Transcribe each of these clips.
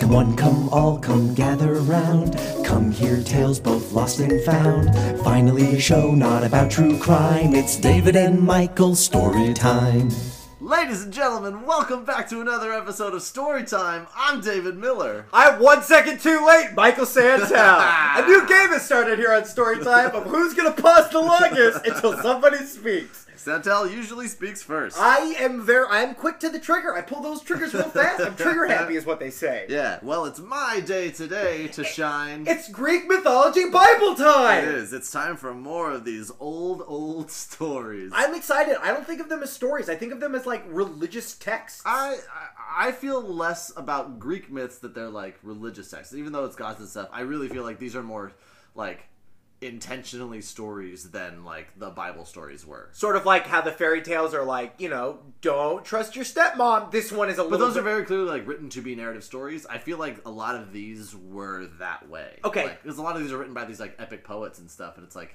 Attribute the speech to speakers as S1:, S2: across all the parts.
S1: Come one, come all, come gather round. Come hear tales both lost and found. Finally, a show not about true crime. It's David and Michael story time.
S2: Ladies and gentlemen, welcome back to another episode of Storytime. I'm David Miller.
S3: I'm one second too late, Michael Santow. A new game has started here on Storytime of who's going to pause the longest until somebody speaks.
S2: Santel usually speaks first.
S3: I am very, I am quick to the trigger. I pull those triggers real fast. I'm trigger happy, is what they say.
S2: yeah, well, it's my day today to shine.
S3: It's Greek mythology Bible
S2: It
S3: time.
S2: is. It's time for more of these old, old stories.
S3: I'm excited. I don't think of them as stories. I think of them as like religious texts.
S2: I I I feel less about Greek myths that they're like religious texts, even though it's gods and stuff. I really feel like these are more like intentionally stories than like the Bible stories were.
S3: Sort of like how the fairy tales are like, you know, don't trust your stepmom. This one is a
S2: But
S3: little.
S2: those are
S3: bit-
S2: very clearly like written to be narrative stories. I feel like a lot of these were that way.
S3: Okay.
S2: Like, because a lot of these are written by these like epic poets and stuff, and it's like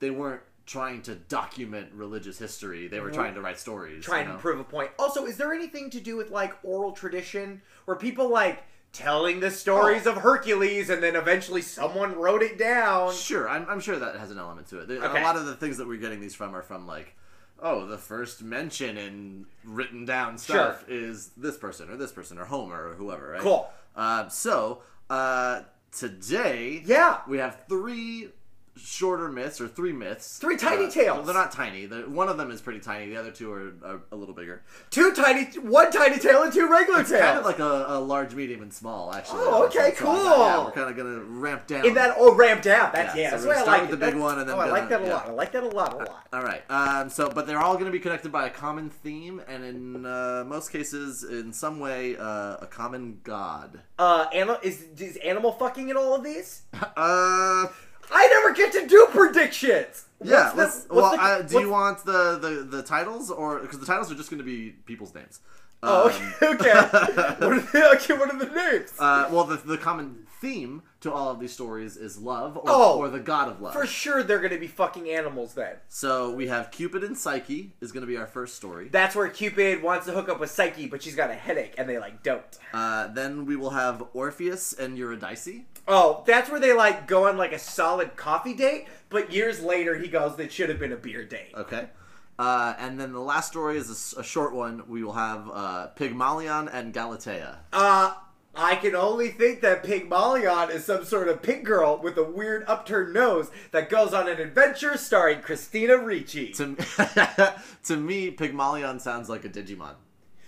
S2: they weren't trying to document religious history. They were trying to write stories.
S3: trying
S2: you know?
S3: to prove a point. Also, is there anything to do with like oral tradition where people like telling the
S2: Oh.
S3: stories of Hercules and then eventually someone wrote it down?
S2: Sure, I'm, I'm sure that has an element to it. There-
S3: Okay.
S2: A lot of the things that we're getting these from are from like, oh, the first mention in written down stuff is this person or this person or Homer or whoever, right?
S3: Cool.
S2: Uh, so uh, today,
S3: Yeah.
S2: we have three shorter myths or three myths.
S3: Three tiny
S2: Uh,
S3: tales.
S2: well, they're not tiny. They're, one of them is pretty tiny. The other two are, are a little bigger.
S3: Two tiny, one tiny tail and two regular tails.
S2: Kind of like a, a large, medium, and small. Actually.
S3: Oh, okay,
S2: So, yeah,
S3: cool.
S2: we're kind of gonna ramp down
S3: in that oh ramped down. That's
S2: Yeah,
S3: yeah.
S2: so
S3: that's
S2: we're
S3: what I
S2: gonna start
S3: like.
S2: with
S3: it.
S2: the big
S3: That's-
S2: one and then
S3: oh, I
S2: gonna-
S3: like that a
S2: yeah.
S3: lot. I like that a lot. A lot.
S2: All right. Um, so, but they're all going to be connected by a common theme, and in uh, most cases, in some way, uh, a common god.
S3: Uh, animal is is animal fucking in all of these?
S2: Uh,
S3: I never get to do predictions.
S2: yeah.
S3: What's
S2: let's,
S3: the- what's
S2: well,
S3: the-
S2: uh, do
S3: what's-
S2: you want the, the the titles, or because the titles are just going to be people's names?
S3: Oh,
S2: Um,
S3: okay. Okay. what are the, okay. What are the names?
S2: Uh, well, the, the common theme to all of these stories is love, or,
S3: Oh.
S2: or the god of love.
S3: For sure, they're gonna be fucking animals then.
S2: So we have Cupid and Psyche is going to be our first story.
S3: That's where Cupid wants to hook up with Psyche, but she's got a headache, and they like don't.
S2: Uh, then we will have Orpheus and Eurydice.
S3: Oh, that's where they like go on like a solid coffee date, but years later he goes, "That should have been a beer date."
S2: Okay. Uh, and then the last story is a s- a, short one. We will have uh, Pygmalion and Galatea.
S3: Uh, I can only think that Pygmalion is some sort of pig girl with a weird upturned nose that goes on an adventure starring Christina Ricci.
S2: To, to me, Pygmalion sounds like a Digimon.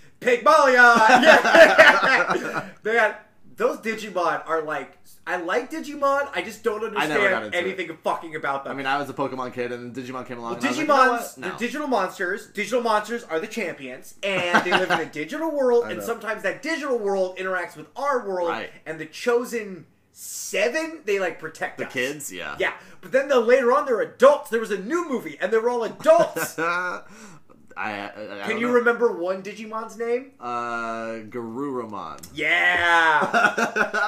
S3: Pygmalion! Yeah. Man, those Digimon are like. I like Digimon, I just don't
S2: never got
S3: understand
S2: into it.
S3: anything fucking about them.
S2: I mean, I was a Pokemon kid, and then Digimon came along. and I was like, you know
S3: Digimons,
S2: what?
S3: they're
S2: No.
S3: digital monsters. Digital monsters are the champions, and they live in a digital world. And
S2: know.
S3: sometimes that digital world interacts with our world,
S2: Right.
S3: and the chosen seven they like protect
S2: the
S3: us.
S2: kids, yeah.
S3: Yeah, but then the, later on they're adults. There was a new movie, and they were all adults.
S2: I, I, I
S3: Can
S2: don't
S3: you
S2: know.
S3: remember one Digimon's name?
S2: Uh, Garurumon.
S3: Yeah,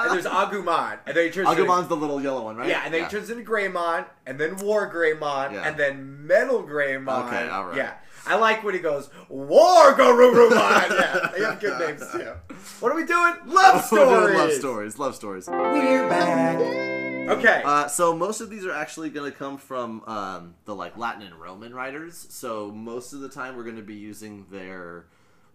S3: and there's Agumon, and then he turns. into-
S2: Agumon's the little yellow one, right?
S3: yeah, and then he turns into Greymon, and then War Greymon,
S2: Yeah.
S3: and then Metal Greymon.
S2: Okay, all right.
S3: Yeah. I like when he goes, War Garurumon! yeah, they have good names too. What are we doing? Love
S2: We're doing
S3: stories!
S2: love stories. Love stories.
S1: We're back.
S3: Okay.
S2: Uh, so most of these are actually going to come from um, the like Latin and Roman writers. So most of the time we're going to be using their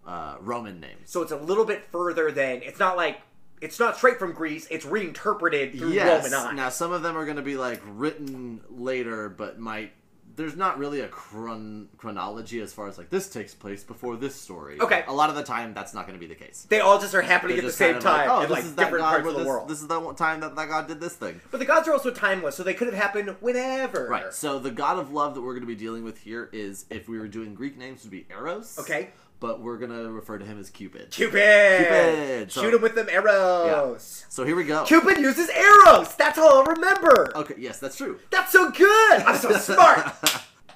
S2: uh, Roman names.
S3: so it's a little bit further than, it's not like, it's not straight from Greece, it's reinterpreted through
S2: yes.
S3: Roman eyes.
S2: Now some of them are going to be like written later, but might there's not really a chron- chronology as far as like this takes place before this story.
S3: Okay.
S2: A lot of the time that's not going to be the case.
S3: They all just are happening
S2: They're
S3: at the
S2: just
S3: same
S2: kind of "Oh,
S3: time in
S2: this
S3: like
S2: is that
S3: different
S2: god
S3: parts
S2: where
S3: of the
S2: this-
S3: world.
S2: This is the one time that that god did this thing.
S3: but the gods are also timeless, so they could have happened whenever.
S2: Right. So the god of love that we're going to be dealing with here is, if we were doing Greek names, would be Eros.
S3: Okay.
S2: But we're going to refer to him as Cupid.
S3: Cupid!
S2: Cupid, so-
S3: Shoot him with them arrows!
S2: So here we go.
S3: Cupid uses arrows. That's all I'll remember.
S2: Okay. Yes, that's true.
S3: That's so good. I'm so smart.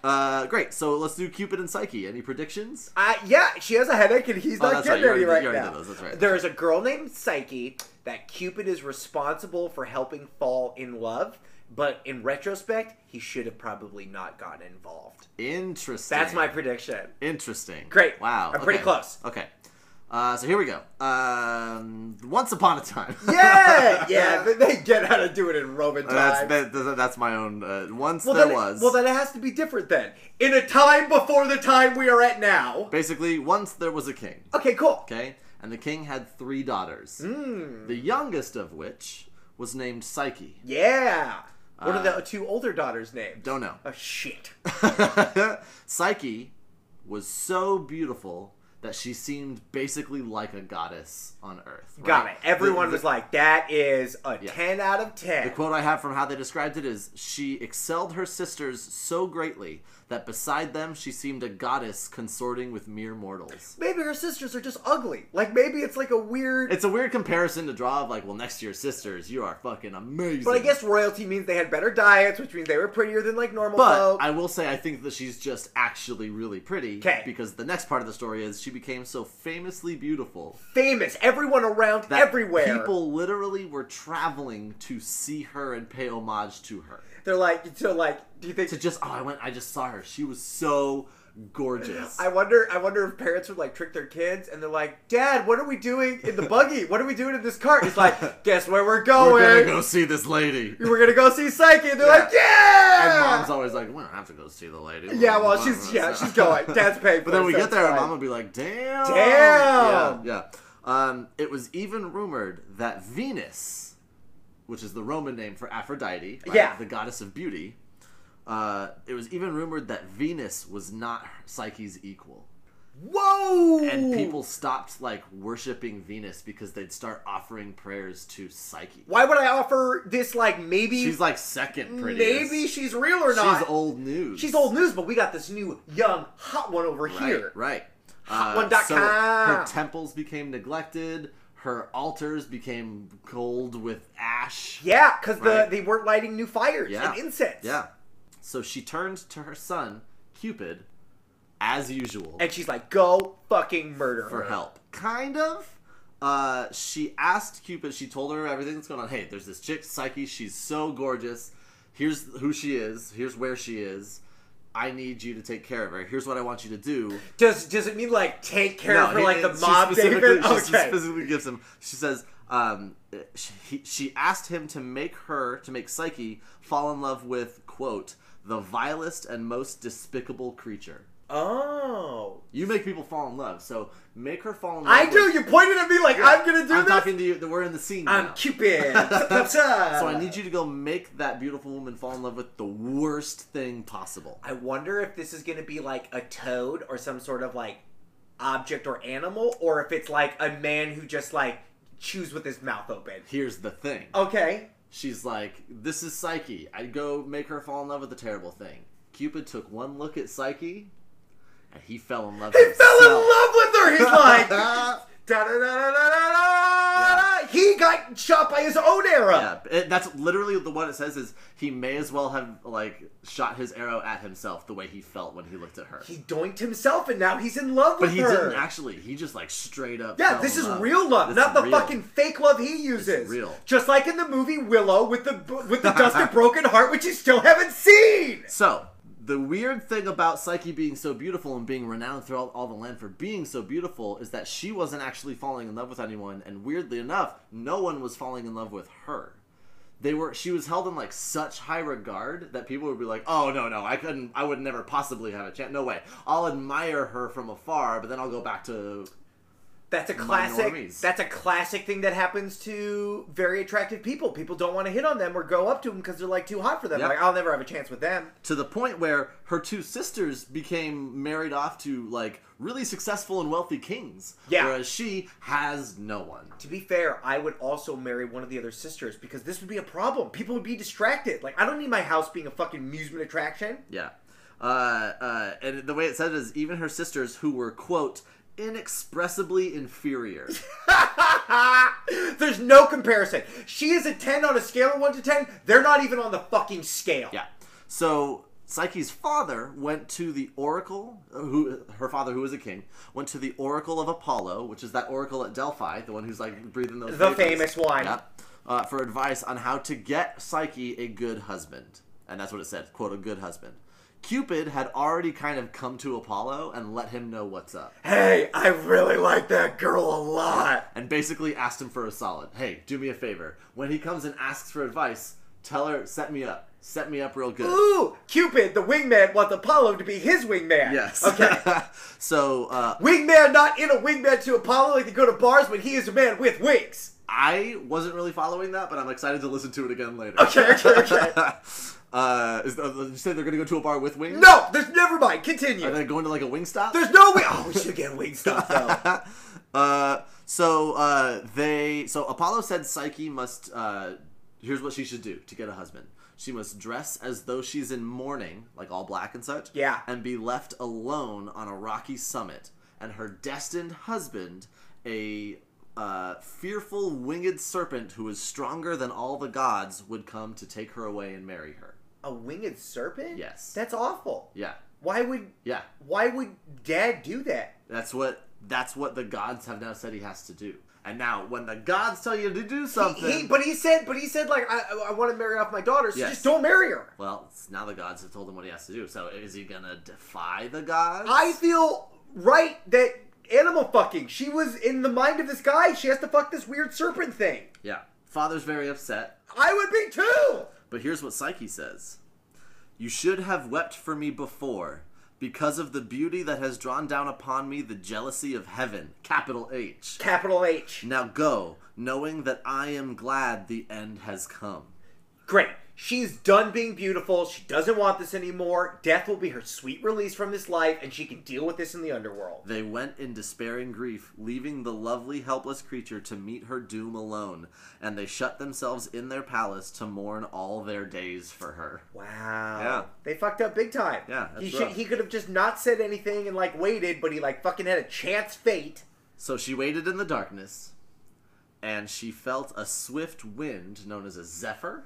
S2: Uh, great. So let's do Cupid and Psyche. Any predictions?
S3: Uh, yeah, she has a headache and he's
S2: Oh,
S3: not
S2: that's
S3: getting
S2: right. You already-
S3: any right
S2: you already
S3: now.
S2: did those. That's right.
S3: There is a girl named Psyche that Cupid is responsible for helping fall in love, but in retrospect, he should have probably not gotten involved.
S2: Interesting.
S3: That's my prediction.
S2: Interesting.
S3: Great.
S2: Wow.
S3: I'm pretty
S2: okay.
S3: close.
S2: Okay. Uh, so here we go. Um, Once upon a time.
S3: Yeah, yeah. but they get how to do it in Roman
S2: Uh,
S3: times.
S2: that's that, that- that's my own. Uh, once
S3: well,
S2: there
S3: then it-
S2: was.
S3: well, then it has to be different then. In a time before the time we are at now.
S2: basically, once there was a king.
S3: Okay, cool.
S2: Okay, and the king had three daughters.
S3: Hmm.
S2: The youngest of which was named Psyche.
S3: Yeah. What are the two older daughters' names?
S2: Uh, Don't know.
S3: Oh shit.
S2: Psyche was so beautiful that she seemed basically like a goddess on Earth. right?
S3: Got it. Everyone
S2: The-
S3: was like, "That is a
S2: Yeah.
S3: ten out of ten.
S2: The quote I have from how they described it is She excelled her sisters so greatly that beside them she seemed a goddess consorting with mere mortals.
S3: Maybe her sisters are just ugly. Like maybe it's like a weird.
S2: It's a weird comparison to draw of like, well, next to your sisters, you are fucking amazing.
S3: but I guess royalty means they had better diets, which means they were prettier than like normal
S2: But
S3: folk.
S2: I will say, I think that she's just actually really pretty.
S3: 'Kay.
S2: Because the next part of the story is she became so famously beautiful
S3: Famous, everyone around,
S2: that
S3: everywhere.
S2: people literally were traveling to see her and pay homage to her.
S3: They're like, so like, do you think?
S2: To just, oh, I went, I just saw her. She was so gorgeous.
S3: I wonder. I wonder if parents would like trick their kids, and they're like, "Dad, what are we doing in the buggy? What are we doing in this cart?" It's like, "Guess where we're going?
S2: We're gonna go see this lady.
S3: We're gonna go see Psyche." And they're like,
S2: And
S3: "Yeah!"
S2: mom's always like, we don't have to go see the lady.
S3: yeah, well, she's yeah, she's going. Dad's paying.
S2: But then we get there, and mom
S3: mama.
S2: would be like, damn.
S3: Damn.
S2: Yeah, yeah. Um, it was even rumored that Venus, which is the Roman name for Aphrodite, right,
S3: Yeah.
S2: the goddess of beauty, uh, it was even rumored that Venus was not Psyche's equal.
S3: Whoa!
S2: And people stopped, like, worshipping Venus because they'd start offering prayers to Psyche.
S3: Why would I offer this? Like maybe
S2: She's, like, second prettiest.
S3: maybe she's real or not?
S2: She's old news.
S3: She's old news, but we got this new young hot one over
S2: Right,
S3: here.
S2: Right. Uh,
S3: one dot
S2: her
S3: com.
S2: temples became neglected. Her altars became cold with ash.
S3: Yeah, because
S2: Right.
S3: the they weren't lighting new fires
S2: Yeah.
S3: and incense.
S2: Yeah. So she turned to her son, Cupid, as usual,
S3: and she's like, "Go fucking murder
S2: for
S3: her."
S2: help. Kind of. Uh, she asked Cupid, she told her everything that's going on. Hey, there's this chick, Psyche. She's so gorgeous. Here's who she is. Here's where she is. I need you to take care of her. Here's what I want you to do.
S3: Does does it mean like take care of her
S2: he-
S3: like the
S2: she
S3: mob,
S2: specifically-
S3: David?
S2: She
S3: Okay.
S2: specifically gives him. She says, um, she, he- she asked him to make her to make Psyche fall in love with quote the vilest and most despicable creature.
S3: Oh,
S2: You make people fall in love, so make her fall in love.
S3: I
S2: with-
S3: do. You pointed at me like I'm gonna do
S2: I'm
S3: this.
S2: talking to you. We're in the scene.
S3: I'm
S2: now.
S3: Cupid.
S2: So
S3: so
S2: I need you to go make that beautiful woman fall in love with the worst thing possible.
S3: I wonder if this is gonna be like a toad or some sort of like object or animal, or if it's like a man who just like chews with his mouth open.
S2: Here's the thing.
S3: Okay.
S2: She's like, "This is Psyche. I go make her fall in love with a terrible thing." Cupid took one look at Psyche, and he fell in love.
S3: He fell in love with her. He's like, da da da da da da. He got shot by his own arrow.
S2: Yeah, it- that's literally the what it says is he may as well have like shot his arrow at himself the way he felt when he looked at her.
S3: He doinked himself, and now he's in love
S2: but
S3: with
S2: he
S3: her.
S2: didn't actually. He just like straight up.
S3: Yeah,
S2: fell
S3: this
S2: in
S3: is real love,
S2: This
S3: not
S2: is
S3: the
S2: real.
S3: fucking fake love he uses.
S2: real.
S3: Just like in the movie Willow with the with the dust of broken heart, which you still haven't seen.
S2: So, the weird thing about Psyche being so beautiful and being renowned throughout all the land for being so beautiful is that she wasn't actually falling in love with anyone, and weirdly enough, no one was falling in love with her. They were. She was held in like such high regard that people would be like, "Oh no, no, I couldn't. I would never possibly have a chance. No way. I'll admire her from afar, but then I'll go back to
S3: That's a classic.
S2: normies.
S3: That's a classic thing that happens to very attractive people. People don't want to hit on them or go up to them because they're like too hot for them.
S2: Yep.
S3: Like I'll never have a chance with them.
S2: to the point where her two sisters became married off to like really successful and wealthy kings.
S3: Yeah.
S2: Whereas she has no one.
S3: To be fair, I would also marry one of the other sisters because this would be a problem. People would be distracted. Like I don't need my house being a fucking amusement attraction.
S2: Yeah. Uh, uh, and the way it said it is even her sisters, who were, quote, inexpressibly inferior.
S3: There's no comparison. She is a 10 on a scale of 1 to 10. They're not even on the fucking scale.
S2: yeah. So Psyche's father went to the oracle, uh, who her father, who was a king, went to the oracle of Apollo, which is that oracle at Delphi, the one who's like breathing those
S3: The
S2: vapors.
S3: famous one.
S2: Yep. Uh, for advice on how to get Psyche a good husband. And that's what it said, quote, a good husband. Cupid had already kind of come to Apollo and let him know what's up.
S3: Hey, I really like that girl a lot.
S2: and basically asked him for a solid. Hey, do me a favor. When he comes and asks for advice, tell her set me up. Set me up real good.
S3: Ooh, Cupid, the wingman, wants Apollo to be his wingman.
S2: Yes.
S3: Okay.
S2: so uh,
S3: wingman not in a wingman to Apollo like they go to bars when he is a man with wings.
S2: I wasn't really following that, but I'm excited to listen to it again later.
S3: Okay, okay, okay.
S2: uh, is, uh, did you say they're gonna go to a bar with wings?
S3: No, there's never mind. Continue.
S2: Are they going to like a wing stop?
S3: There's no way. Oh, we should get wing stuff though.
S2: uh, so uh, they so Apollo said Psyche must uh, here's what she should do to get a husband. She must dress as though she's in mourning, like all black and such.
S3: Yeah.
S2: And be left alone on a rocky summit, and her destined husband, a uh, fearful winged serpent who is stronger than all the gods, would come to take her away and marry her.
S3: A winged serpent?
S2: Yes.
S3: That's awful.
S2: Yeah.
S3: Why would
S2: Yeah.
S3: why would Dad do that?
S2: That's what that's what the gods have now said he has to do. And now, when the gods tell you to do something,
S3: He, but he said, but he said, like, I, I want to marry off my daughter, so
S2: Yes.
S3: just don't marry her.
S2: Well, it's- now the gods have told him what he has to do. So is he gonna defy the gods?
S3: I feel right that animal fucking. She was in the mind of this guy. She has to fuck this weird serpent thing.
S2: yeah. Father's very upset,
S3: I would be too.
S2: but here's what Psyche says: You should have wept for me before, because of the beauty that has drawn down upon me the jealousy of heaven. Capital H.
S3: Capital H.
S2: Now go, knowing that I am glad the end has come.
S3: Great. She's done being beautiful. She doesn't want this anymore. Death will be her sweet release from this life, and she can deal with this in the underworld.
S2: They went in despairing grief, leaving the lovely, helpless creature to meet her doom alone, and they shut themselves in their palace to mourn all their days for her.
S3: Wow.
S2: Yeah.
S3: They fucked up big time.
S2: Yeah, that's
S3: He should,
S2: rough.
S3: he could have just not said anything and like waited, but he like fucking had a chance fate.
S2: So she waited in the darkness, and she felt a swift wind known as a zephyr.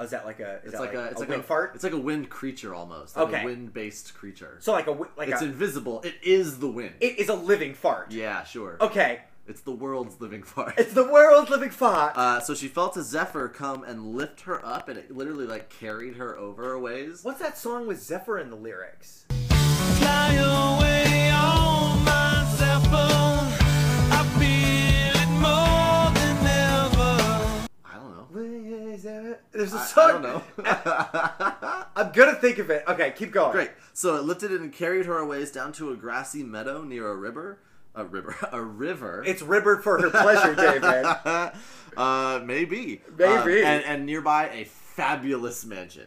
S3: Oh, is that like a? Is
S2: It's
S3: that
S2: like,
S3: like,
S2: a it's
S3: a
S2: like
S3: wind
S2: a
S3: fart?
S2: It's like a wind creature almost. Like
S3: Okay.
S2: a wind-based creature.
S3: so like a wi- like
S2: it's
S3: a.
S2: invisible. It is the wind.
S3: it is a living fart.
S2: yeah, sure.
S3: Okay.
S2: It's the world's living fart.
S3: It's the world's living fart.
S2: Uh, so she felt a zephyr come and lift her up, and it literally like carried her over a ways.
S3: What's that song with Zephyr in the lyrics?
S4: Fly away on my Zephyr. I feel it more than ever.
S2: I don't know.
S3: There's a
S2: I,
S3: song.
S2: I don't know.
S3: am gonna think of it. Okay, keep going.
S2: Great. So it lifted it and carried her a ways down to a grassy meadow near a river. A river. A river.
S3: It's Ribbert for her pleasure, David.
S2: uh, maybe.
S3: Maybe.
S2: Um, and, and nearby, a fabulous mansion.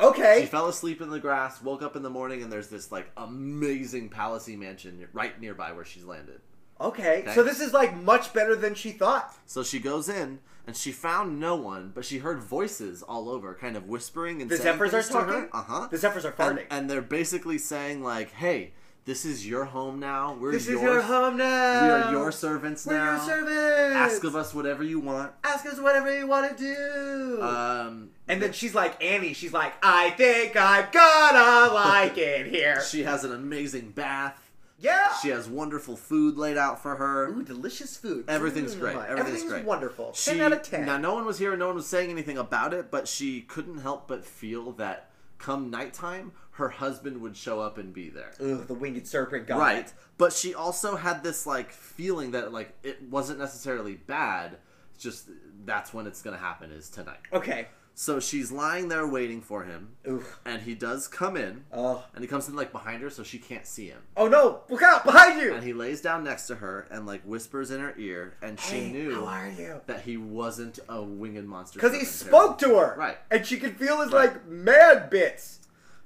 S2: She
S3: Okay.
S2: fell asleep in the grass, woke up in the morning, and there's this like amazing palacey mansion right nearby where she's landed.
S3: Okay.
S2: Okay.
S3: So this is like much better than she thought.
S2: So she goes in, and she found no one, but she heard voices all over, kind of whispering and
S3: The
S2: saying
S3: Zephyrs are
S2: things to
S3: talking.
S2: her. Uh huh.
S3: The Zephyrs are
S2: and,
S3: farting.
S2: and they're basically saying like, "Hey, this is your home now. We're
S3: this
S2: your,
S3: is your home now.
S2: We are your servants
S3: We're
S2: now.
S3: your servants.
S2: Ask of us whatever you want."
S3: Ask us whatever you want to do.
S2: Um,
S3: and then she's like Annie. She's like, I think I'm gonna like it here.
S2: she has an amazing bath.
S3: yeah.
S2: She has wonderful food laid out for her.
S3: Ooh, delicious food.
S2: Everything's
S3: Mm.
S2: great. Everything's, great.
S3: wonderful.
S2: She,
S3: ten out of ten.
S2: Now, no one was here and no one was saying anything about it, but she couldn't help but feel that come nighttime, her husband would show up and be there.
S3: Ugh, the winged serpent god.
S2: Right. But she also had this, like, feeling that, like, it wasn't necessarily bad. It's just that's when it's going to happen is tonight.
S3: Okay.
S2: So she's lying there waiting for him.
S3: Oof.
S2: And he does come in.
S3: Oh.
S2: And he comes in, like, behind her so she can't see him.
S3: Oh no! Look out behind you.
S2: And he lays down next to her and, like, whispers in her ear. And she
S3: Hey,
S2: knew.
S3: How are you?
S2: that he wasn't a winged monster.
S3: Because he
S2: serpent
S3: spoke
S2: terrier.
S3: to her.
S2: Right.
S3: And she could feel his
S2: Right.
S3: like mad bits.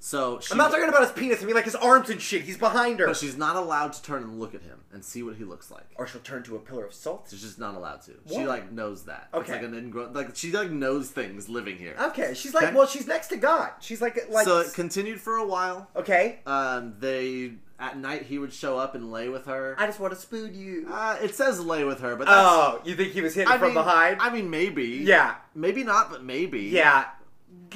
S2: So she,
S3: I'm not talking about his penis. I mean like his arms and shit. He's behind her.
S2: But she's not allowed to turn and look at him and see what he looks like.
S3: or she'll turn to a pillar of salt.
S2: She's just not allowed to.
S3: What?
S2: She like knows that. It's
S3: Okay.
S2: like an ingrown. Like she like knows things living here.
S3: Okay. She's like,
S2: Okay.
S3: well, she's next to God. She's like, uh, like.
S2: so it continued for a while.
S3: okay.
S2: Um, they at night he would show up and lay with her.
S3: I just want to spoon you.
S2: Uh, it says lay with her, but that's,
S3: oh, you think he was hitting
S2: I
S3: from
S2: mean,
S3: behind?
S2: I mean, maybe.
S3: yeah.
S2: Maybe not, but maybe.
S3: Yeah.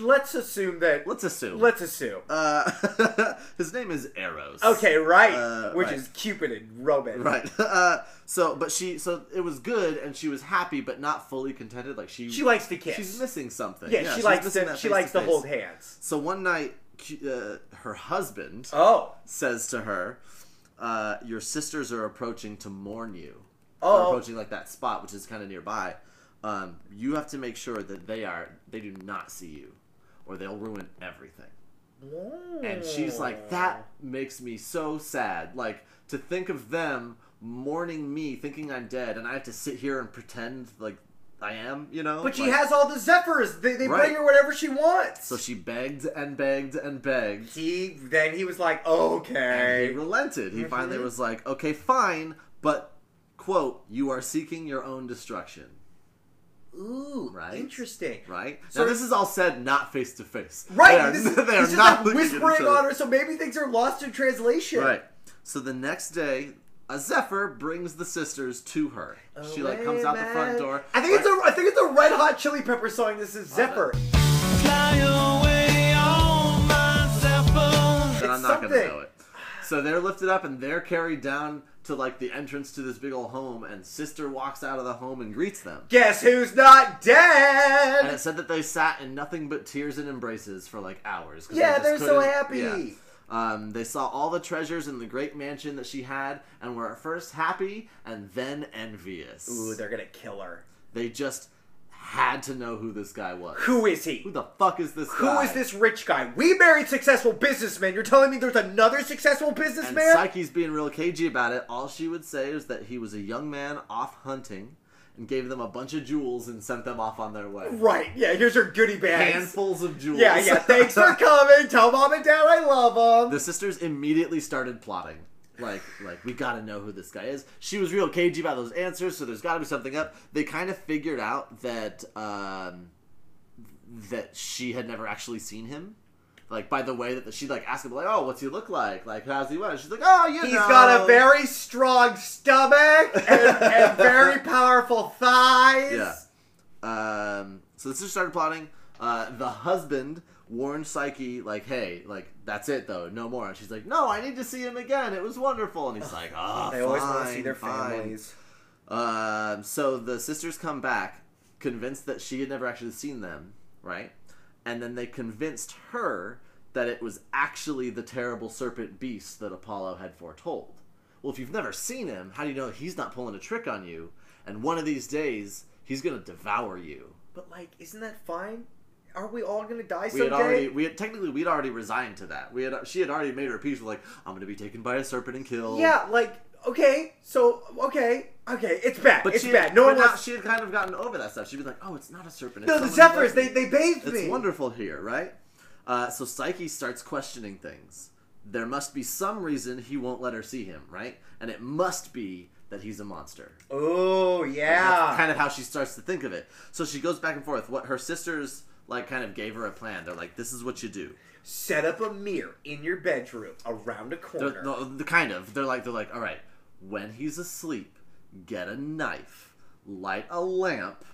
S3: Let's assume that.
S2: Let's assume.
S3: Let's assume.
S2: Uh, his name is Eros.
S3: Okay, right.
S2: Uh,
S3: Which
S2: right.
S3: is Cupid and Roman.
S2: Right. Uh, so, but she, so it was good, and she was happy, but not fully contented. Like she,
S3: She likes to kiss.
S2: She's missing something.
S3: Yeah, she
S2: she's
S3: likes
S2: missing
S3: to,
S2: that
S3: she likes to
S2: face-to-face.
S3: hold hands.
S2: So one night, uh, her husband
S3: Oh.
S2: says to her, uh, "Your sisters are approaching to mourn you.
S3: Oh.
S2: They're approaching like that spot, which is kind of nearby. Um, you have to make sure that they are they do not see you, or they'll ruin everything." And she's like, "That makes me so sad. Like to think of them mourning me, thinking I'm dead, and I have to sit here and pretend like I am. You know."
S3: But she
S2: Like,
S3: has all the Zephyrs. They, they
S2: Right.
S3: bring her whatever she wants.
S2: So she begged and begged and begged.
S3: he then he was like, okay.
S2: he relented. He finally was like, okay, fine, but, quote, you are seeking your own destruction,
S3: Ooh,
S2: Right.
S3: interesting.
S2: right?
S3: So-
S2: now, this is all said not face to face.
S3: Right,
S2: They are,
S3: this is,
S2: they are
S3: this is
S2: not
S3: like
S2: looking at each
S3: whispering
S2: other.
S3: on her, so maybe things are lost in translation.
S2: Right. So the next day, a Zephyr brings the sisters to her. she, like, comes out the front door.
S3: I think it's a I think it's a Red Hot Chili Pepper song. This is Zephyr.
S4: Fly away on my Zephyr.
S2: and I'm
S3: it's
S2: not going to
S3: something.
S2: know it. So they're lifted up and they're carried down to, like, the entrance to this big old home, and Sister walks out of the home and greets them.
S3: Guess who's not
S2: And
S3: dead?
S2: it said that they sat in nothing but tears and embraces for like hours. 'cause
S3: Yeah,
S2: just
S3: they're so
S2: couldn't-
S3: happy.
S2: yeah. Um, they saw all the treasures in the great mansion that she had and were at first happy and then envious.
S3: Ooh, they're gonna kill her.
S2: they just had to know who this guy was.
S3: Who is he?
S2: Who the fuck is this guy?
S3: Who is this rich guy? We married successful businessmen. You're telling me there's another successful
S2: And
S3: businessman?
S2: Psyche's being real cagey about it. All she would say is that he was a young man off hunting and gave them a bunch of jewels and sent them off on their way.
S3: right. Yeah. Here's your goodie bags.
S2: Handfuls of jewels.
S3: Yeah. Yeah. Thanks for coming. Tell mom and dad I love them.
S2: the sisters immediately started plotting. Like, like we gotta know who this guy is. She was real cagey about those answers, so there's gotta be something up. They kind of figured out that um, that she had never actually seen him. Like by the way that she like asked him like, oh, what's he look like? Like how's he wearing? She's like, oh, you
S3: He's
S2: know,
S3: got a very strong stomach and, and very powerful thighs.
S2: yeah. Um, so the sisters started plotting. Uh, the husband warned Psyche, like, hey, like, that's it, though, no more. And she's like, no, I need to see him again. It was wonderful. And he's like, ah,
S3: They always
S2: want
S3: want to see their families.
S2: Um, so the sisters come back, convinced that she had never actually seen them, right? And then they convinced her that it was actually the terrible serpent beast that Apollo had foretold. Well, if you've never seen him, how do you know he's not pulling a trick on you? And one of these days, he's gonna devour you.
S3: But like, isn't that fine? Are we all gonna die
S2: We
S3: someday?
S2: had already, we had technically, we'd already resigned to that. We had, she had already made her peace with like, I'm gonna be taken by a serpent and killed.
S3: Yeah. Like, okay. So, okay, okay. It's bad.
S2: but
S3: it's
S2: she,
S3: bad. No
S2: but
S3: one
S2: now
S3: wants.
S2: she had kind of gotten over that stuff. She'd be like, oh, it's not a serpent. it's
S3: no, the
S2: someone who does
S3: Zephyrs. They
S2: it."
S3: they bathed
S2: It's
S3: me.
S2: wonderful here, right? Uh, so Psyche starts questioning things. There must be some reason he won't let her see him, right? And it must be that he's a monster.
S3: Oh yeah.
S2: That's kind of how she starts to think of it. So she goes back and forth. What her sisters like kind of gave her a plan. They're like, "This is what you do."
S3: Set up a mirror in your bedroom around a corner.
S2: They're, no, the kind of. They're like they're like, all right. When he's asleep, get a knife, light a lamp,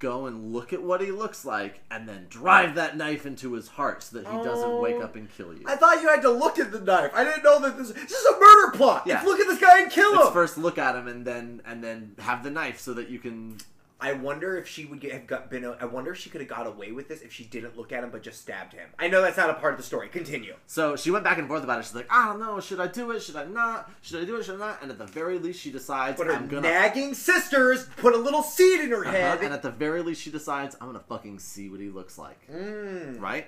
S2: go and look at what he looks like, and then drive that knife into his heart so that he doesn't wake up and kill you.
S3: I thought you had to look at the knife. I didn't know that this, this is a murder plot.
S2: Yeah.
S3: Let's look at this guy and kill
S2: Let's
S3: him.
S2: first look at him and then and then have the knife so that you can.
S3: I wonder if she would get, have got, been. A, I wonder if she could have got away with this if she didn't look at him but just stabbed him. I know that's not a part of the story. Continue.
S2: So she went back and forth about it. She's like, I don't know. Should I do it? Should I not? Should I do it? Should I not? And at the very least, she decides
S3: But her
S2: I'm gonna.
S3: nagging sisters put a little seed in her
S2: Uh-huh,
S3: head.
S2: and at the very least, she decides I'm gonna fucking see what he looks like.
S3: Mm.
S2: Right?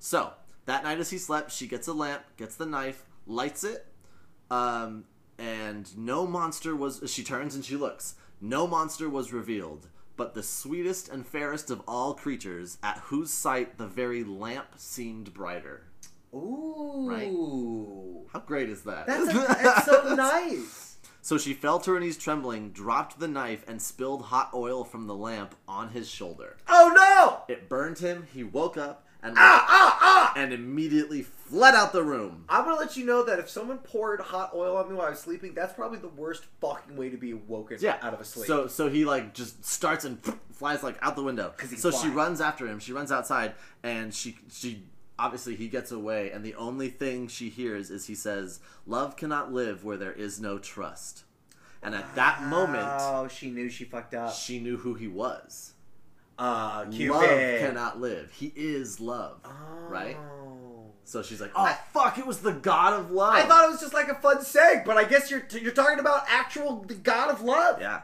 S2: So that night, as he slept, she gets a lamp, gets the knife, lights it, um, and no monster was. She turns and she looks. No monster was revealed, but the sweetest and fairest of all creatures, at whose sight the very lamp seemed brighter.
S3: Ooh,
S2: How great is that?
S3: that's, a, that's so nice.
S2: so she fell to her knees, trembling, dropped the knife, and spilled hot oil from the lamp on his shoulder.
S3: Oh no!
S2: It burned him. He woke up and
S3: Ah ah ah!
S2: and immediately fled out the room.
S3: I'm gonna let you know that if someone poured hot oil on me while I was sleeping, that's probably the worst fucking way to be woken
S2: Yeah,
S3: out of a sleep.
S2: So so he like just starts and flies like out the window.
S3: 'Cause he's
S2: So she
S3: blind.
S2: runs after him. She runs outside and she she obviously he gets away and the only thing she hears is he says, "Love cannot live where there is no trust." And at that moment,
S3: oh, she knew she fucked up.
S2: she knew who he was.
S3: Uh, Cupid. Ah.
S2: Love cannot live. He is love, right?
S3: Oh.
S2: So she's like, "Oh fuck, it was the god of love."
S3: I thought it was just like a fun seg, but I guess you're you're talking about actual the god of love.
S2: yeah.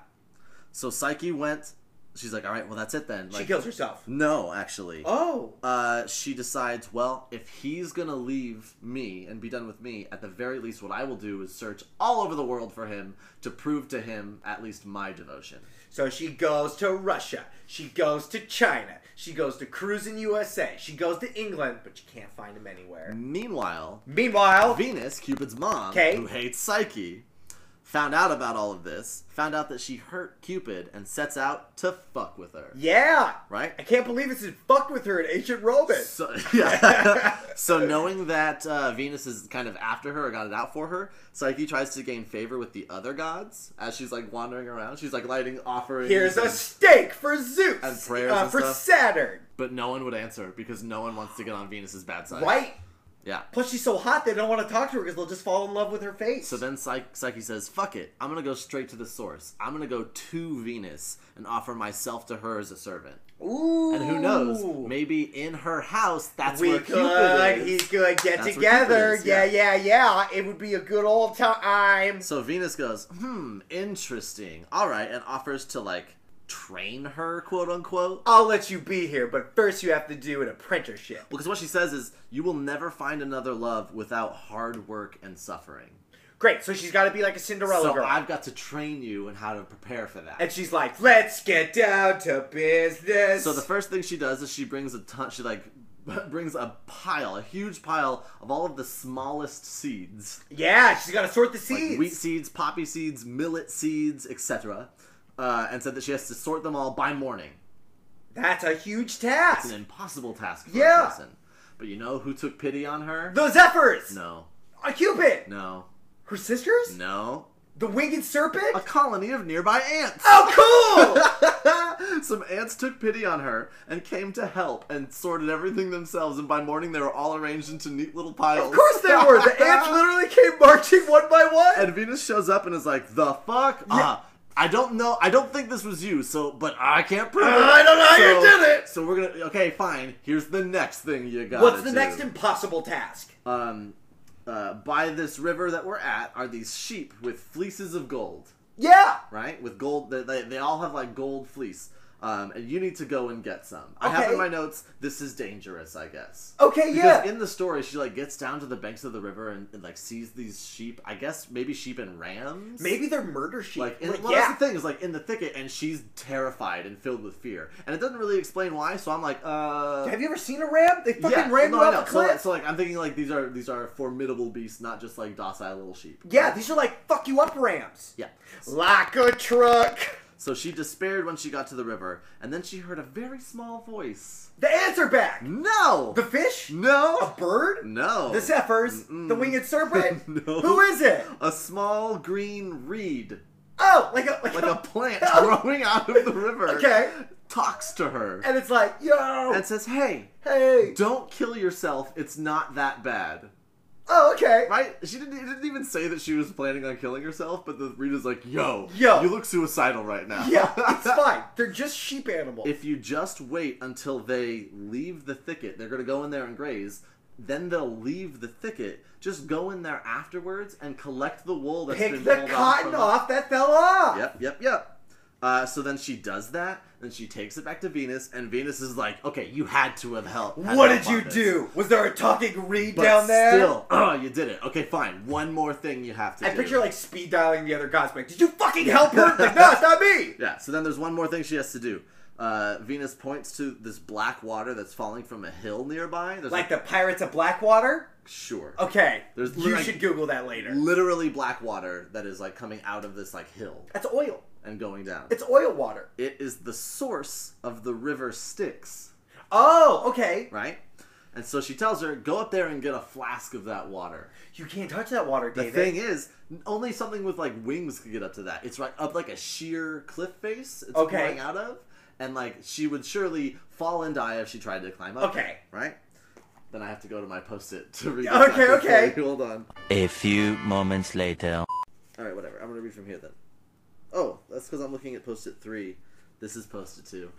S2: So Psyche went. She's like, "All right, well that's it then."
S3: She
S2: Like,
S3: kills herself.
S2: No, actually.
S3: Oh,
S2: Uh, she decides, well, if he's gonna leave me and be done with me, at the very least, what I will do is search all over the world for him to prove to him at least my devotion.
S3: so she goes to Russia. She goes to China. She goes to cruising USA. She goes to England, but you can't find him anywhere.
S2: Meanwhile,
S3: Meanwhile,
S2: Venus, Cupid's mom,
S3: Okay.
S2: who hates Psyche, found out about all of this, found out that she hurt Cupid, and sets out to fuck with her.
S3: yeah,
S2: Right?
S3: I can't believe this is fucked with her in ancient Roman.
S2: So, yeah. so knowing that uh, Venus is kind of after her or got it out for her, Psyche tries to gain favor with the other gods as she's like wandering around. She's like lighting offerings.
S3: Here's a
S2: and-
S3: steak for Zeus
S2: And prayers
S3: uh,
S2: and
S3: for
S2: stuff.
S3: Saturn.
S2: But no one would answer because no one wants to get on Venus's bad side.
S3: Right?
S2: Yeah.
S3: Plus, she's so hot they don't want to talk to her because they'll just fall in love with her face.
S2: So then Psy- Psyche says, fuck it. I'm going to go straight to the source. I'm going to go to Venus and offer myself to her as a servant.
S3: Ooh.
S2: And who knows? Maybe in her house, that's
S3: we
S2: where
S3: could.
S2: Cupid is.
S3: He's good. Get
S2: That's where
S3: together.
S2: Cupid is,
S3: yeah.
S2: yeah.
S3: yeah, yeah, It would be a good old time.
S2: So Venus goes, hmm, interesting. All right, and offers to like train her, quote unquote.
S3: I'll let you be here, but first you have to do an apprenticeship.
S2: Because what she says is, you will never find another love without hard work and suffering.
S3: Great. So she's got to be like a Cinderella
S2: So
S3: girl.
S2: I've got to train you in how to prepare for that.
S3: and she's like, "Let's get down to business."
S2: So the first thing she does is she brings a ton. She like brings a pile, a huge pile of all of the smallest seeds,
S3: yeah, she's got to sort the seeds.
S2: like wheat seeds, poppy seeds, millet seeds, etc. Uh, and said that she has to sort them all by morning.
S3: That's a huge
S2: It's
S3: task.
S2: an impossible task for
S3: Yeah.
S2: a person. But you know who took pity on her?
S3: The Zephyrs.
S2: no,
S3: A Cupid.
S2: no,
S3: Her sisters.
S2: no.
S3: The winged serpent.
S2: A colony of nearby ants.
S3: oh, cool.
S2: Some ants took pity on her and came to help and sorted everything themselves. And by morning, they were all arranged into neat little piles.
S3: Of course they were. The ants literally came marching one by one.
S2: And Venus shows up and is like, "The fuck? Ah, I don't know. I don't think this was you. So, but I can't prove it.
S3: I don't know how you
S2: So-
S3: did it."
S2: So we're gonna. Okay, fine. Here's the next thing you got.
S3: What's the next impossible task?
S2: um, uh, by this river that we're at are these sheep with fleeces of gold,
S3: yeah.
S2: right? With gold, they they, they all have like gold fleece. Um, and you need to go and get some. I have
S3: Okay.
S2: in my notes. This is dangerous, I guess.
S3: Okay,
S2: Because
S3: yeah.
S2: in the story, she like gets down to the banks of the river and, and like sees these sheep. I guess maybe sheep and rams.
S3: Maybe they're murder sheep.
S2: Like, in,
S3: Like,
S2: well,
S3: yeah.
S2: that's the thing is like in the thicket, and she's terrified and filled with fear, and it doesn't really explain why. So I'm like, uh,
S3: Have you ever seen a ram? They fucking
S2: yeah,
S3: ran
S2: no,
S3: you
S2: I
S3: off
S2: know.
S3: a
S2: So, like-
S3: cliff.
S2: so like I'm thinking like these are these are formidable beasts, not just like docile little sheep.
S3: yeah, these are like fuck you up rams.
S2: Yeah.
S3: Like a truck.
S2: So she despaired when she got to the river, and then she heard a very small voice.
S3: The ants are back.
S2: No,
S3: The fish. A
S2: no,
S3: bird.
S2: no.
S3: The zephyrs. The winged serpent.
S2: No.
S3: Who is it?
S2: a small green reed,
S3: Oh, like a like,
S2: like a plant
S3: Oh.
S2: growing out of the river.
S3: Okay.
S2: Talks to her
S3: And it's like yo.
S2: and says, "Hey,
S3: hey.
S2: don't kill yourself. It's not that bad.
S3: Oh, okay.
S2: Right? She didn't, it didn't even say that she was planning on killing herself, but the reader's like, yo,
S3: Yo.
S2: you look suicidal right now.
S3: Yeah, it's fine. They're just sheep animals.
S2: if you just wait until they leave the thicket, they're going to go in there and graze. Then they'll leave the thicket. Just go in there afterwards and collect the wool that's
S3: Pick
S2: been
S3: the
S2: pulled
S3: cotton
S2: from-
S3: off that fell off.
S2: Yep, yep, yep. Uh, so then she does that, then she takes it back to Venus, and Venus is like, "Okay, you had to have helped. had
S3: What
S2: help
S3: did you
S2: on this."
S3: do? Was there a talking reed
S2: But
S3: down there?
S2: Still, oh, you did it. Okay, fine. One more thing you have to
S3: I
S2: do.
S3: picture like speed dialing the other gods. Like, did you fucking help her? Like, no, it's not me.
S2: Yeah, so then there's one more thing she has to do. Uh, Venus points to this black water that's falling from a hill nearby. There's
S3: Like the pirates of Blackwater.
S2: sure.
S3: Okay,
S2: There's
S3: you
S2: like-
S3: should Google that later.
S2: Literally black water that is like coming out of this like hill
S3: That's oil.
S2: and going down.
S3: It's oil water.
S2: It is the source of the river Styx,
S3: Oh, okay.
S2: right? And so she tells her, go up there and get a flask of that water.
S3: You can't touch that water,
S2: The
S3: David.
S2: thing is, only something with like wings could get up to that. It's right up like a sheer cliff face. It's
S3: Okay.
S2: going out of, and like she would surely fall and die if she tried to climb up.
S3: Okay.
S2: there, right. Then I have to go to my post-it to read.
S3: Okay,
S2: back before
S3: okay.
S2: you- Hold on.
S5: A few moments later.
S2: All right, whatever. I'm gonna read from here then. Oh, that's because I'm looking at post-it three. This is post-it two.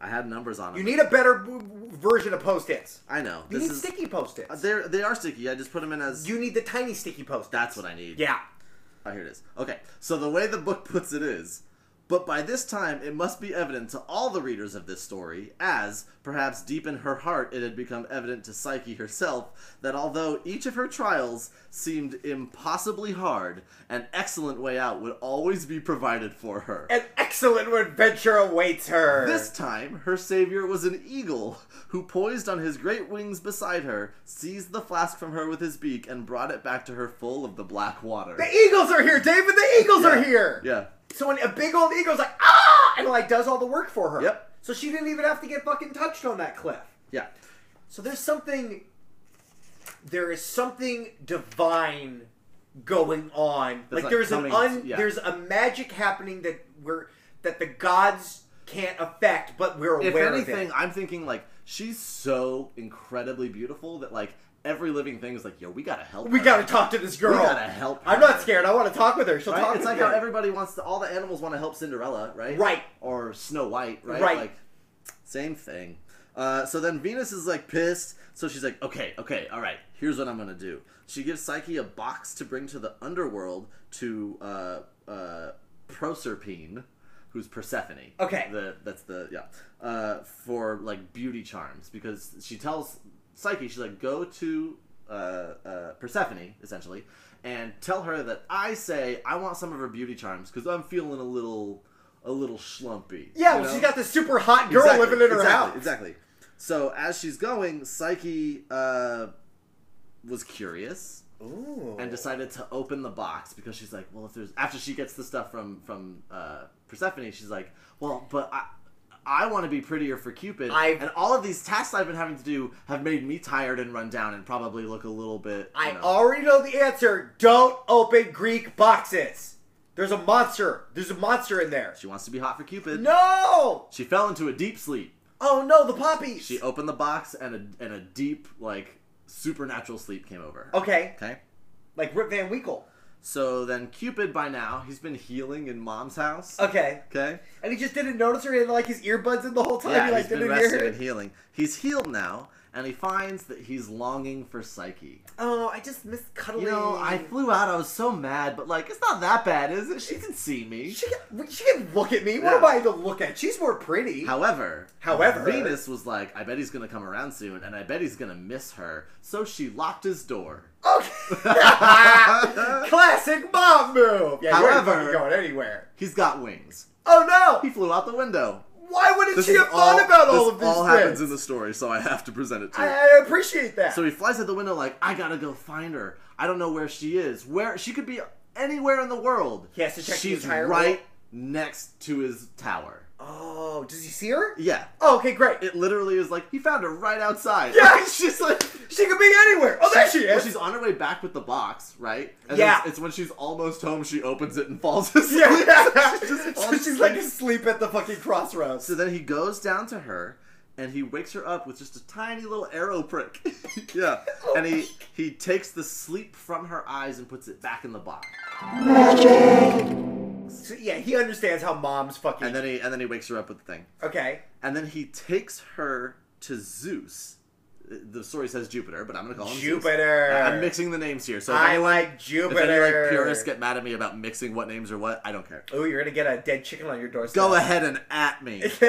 S2: I had numbers on them.
S3: You need a better w- w- version of post-its.
S2: I know.
S3: You
S2: this
S3: need
S2: is
S3: sticky post-its.
S2: they're they are sticky. I just put them in as
S3: you need the tiny sticky post-its.
S2: That's what I need.
S3: Yeah.
S2: Oh, here it is. Okay, so the way the book puts it is, but by this time it must be evident to all the readers of this story, as, perhaps deep in her heart, it had become evident to Psyche herself, that although each of her trials seemed impossibly hard, an excellent way out would always be provided for her.
S3: An excellent adventure awaits her.
S2: This time, her savior was an eagle, who, poised on his great wings beside her, seized the flask from her with his beak and brought it back to her full of the black water.
S3: the eagles are here, David. The eagles are here.
S2: Yeah.
S3: So when a big old eagle's like ah, and like does all the work for her.
S2: Yep.
S3: So she didn't even have to get fucking touched on that cliff.
S2: Yeah.
S3: So there's something. There is something divine going on. like
S2: not
S3: there's an
S2: coming
S3: un,
S2: to- yeah.
S3: there's a magic happening that we're that the gods can't affect, but we're
S2: if
S3: aware
S2: anything,
S3: of it.
S2: I'm thinking like she's so incredibly beautiful that like every living thing is like, yo, we gotta help.
S3: We
S2: her.
S3: gotta talk to this girl.
S2: gotta help
S3: I'm
S2: her.
S3: not scared. I want to talk with her. She'll talk.
S2: Right? It's
S3: with
S2: like
S3: me.
S2: how everybody wants to. All the animals want to help Cinderella, right?
S3: Right.
S2: Or Snow White, right?
S3: Right.
S2: Like, same thing. Uh, so then Venus is like pissed. So she's like, okay, okay, all right. Here's what I'm gonna do. She gives Psyche a box to bring to the underworld to uh, uh, Proserpine, who's Persephone.
S3: Okay.
S2: The that's the yeah. Uh, for like beauty charms because she tells Psyche she's like go to uh, uh, Persephone essentially and tell her that I say I want some of her beauty charms because I'm feeling a little a little schlumpy.
S3: Yeah,
S2: you
S3: well,
S2: know?
S3: she's got this super hot girl
S2: Exactly,
S3: living in her
S2: exactly,
S3: house.
S2: Exactly. So as she's going, Psyche uh, was curious
S3: Ooh.
S2: and decided to open the box because she's like, well, if there's after she gets the stuff from from uh, Persephone, she's like, well, but I. I want to be prettier for Cupid,
S3: I've-
S2: and all of these tasks I've been having to do have made me tired and run down, and probably look a little bit. you
S3: I
S2: know.
S3: already know the answer. Don't open Greek boxes. There's a monster. There's a monster in there.
S2: She wants to be hot for Cupid.
S3: No!
S2: She fell into a deep sleep.
S3: Oh no, the poppies.
S2: She opened the box, and a and a deep like supernatural sleep came over. her.
S3: okay,
S2: Okay.
S3: like Rip Van Winkle.
S2: So then Cupid by now, he's been healing in mom's house.
S3: Okay,
S2: Okay.
S3: and he just didn't notice her. He had like his earbuds in the whole time.
S2: Yeah,
S3: he like
S2: he's been
S3: didn't hear
S2: resting
S3: her.
S2: and healing. He's healed now, and he finds that he's longing for Psyche.
S3: Oh, I just miss cuddling.
S2: You know, I flew out, I was so mad, but like, it's not that bad, is it? She can see me.
S3: She can, she can look at me. What
S2: Yeah.
S3: am I to look at? She's more pretty.
S2: However,
S3: However-
S2: Venus was like, I bet he's gonna come around soon, and I bet he's gonna miss her. So she locked his door.
S3: Okay. Classic mom move. Yeah, you ain't
S2: However-
S3: fucking going anywhere.
S2: He's got wings.
S3: Oh no!
S2: He flew out the window.
S3: Why wouldn't she
S2: is
S3: have thought about all
S2: this
S3: of these
S2: all
S3: things?
S2: happens in the story, so I have to present it to you.
S3: I, I appreciate that.
S2: So he flies out the window like, I gotta go find her. I don't know where she is. Where she could be anywhere in the world.
S3: He has to check the
S2: She's
S3: entire
S2: right
S3: world?
S2: next to his tower.
S3: oh, does he see her?
S2: Yeah.
S3: Oh, okay, great.
S2: It literally is like he found her right outside.
S3: Yeah.
S2: Like, she's like
S3: She could be anywhere. Oh, there she
S2: Well,
S3: is.
S2: she's on her way back with the box, right? And
S3: Yeah.
S2: It's, it's when she's almost home, she opens it and falls asleep.
S3: yeah.
S2: She just
S3: so
S2: falls
S3: she's like
S2: asleep.
S3: asleep at the fucking crossroads.
S2: So then he goes down to her and he wakes her up with just a tiny little arrow prick. yeah.
S3: Oh
S2: And he he takes the sleep from her eyes and puts it back in the box.
S3: So, yeah, he understands how moms fucking.
S2: And then he and then he wakes her up with the thing.
S3: okay.
S2: And then he takes her to Zeus. Uh, The story says Jupiter, but I'm gonna call him Zeus.
S3: Jupiter.
S2: I- I'm mixing the names here, so if
S3: I
S2: any-
S3: like
S2: if
S3: Jupiter.
S2: any like purists get mad at me about mixing what names are what, I don't care.
S3: oh, you're gonna get a dead chicken on your doorstep.
S2: Go ahead and at me.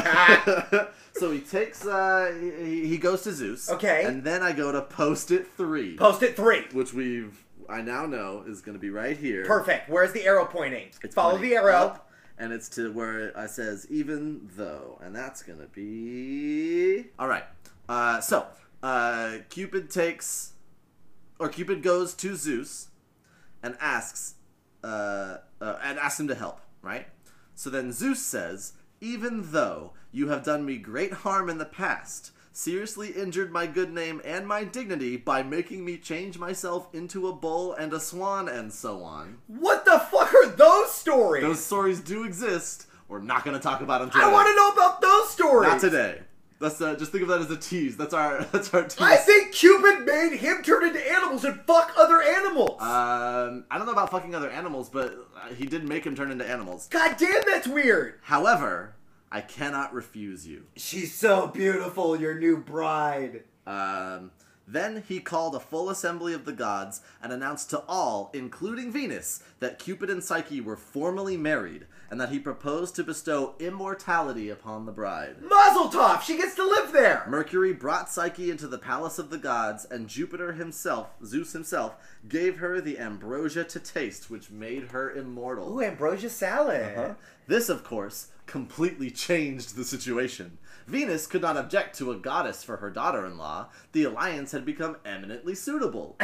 S2: so he takes, uh, he, he goes to Zeus.
S3: Okay.
S2: And then I go to Post It 3.
S3: Post it three.
S2: which we've, I now know is going to be right here.
S3: Perfect. Where's the arrow pointing?
S2: It's
S3: Follow
S2: pointing
S3: the arrow.
S2: up, and it's to where it uh, says even though, and that's gonna be all right. Uh, so uh, Cupid takes, or Cupid goes to Zeus, and asks, uh, uh, and asks him to help. Right. So then Zeus says, even though you have done me great harm in the past. Seriously injured my good name and my dignity by making me change myself into a bull and a swan and so on.
S3: What the fuck are those stories?
S2: Those stories do exist. We're not going to talk about them today.
S3: I want to know about those stories.
S2: Not today. That's uh, just think of that as a tease. That's our that's our tease.
S3: I think Cupid made him turn into animals and fuck other animals.
S2: um, I don't know about fucking other animals, but uh, he did make him turn into animals.
S3: God damn, that's weird.
S2: However, I cannot refuse you.
S3: She's so beautiful, your new bride.
S2: Um, then he called a full assembly of the gods and announced to all, including Venus, that Cupid and Psyche were formally married and that he proposed to bestow immortality upon the bride.
S3: Mazel tov! She gets to live there.
S2: Mercury brought Psyche into the palace of the gods, and Jupiter himself, Zeus himself, gave her the ambrosia to taste, which made her immortal.
S3: Ooh, ambrosia salad.
S2: Uh-huh. This, of course, completely changed the situation. Venus could not object to a goddess for her daughter in law. The alliance had become eminently suitable.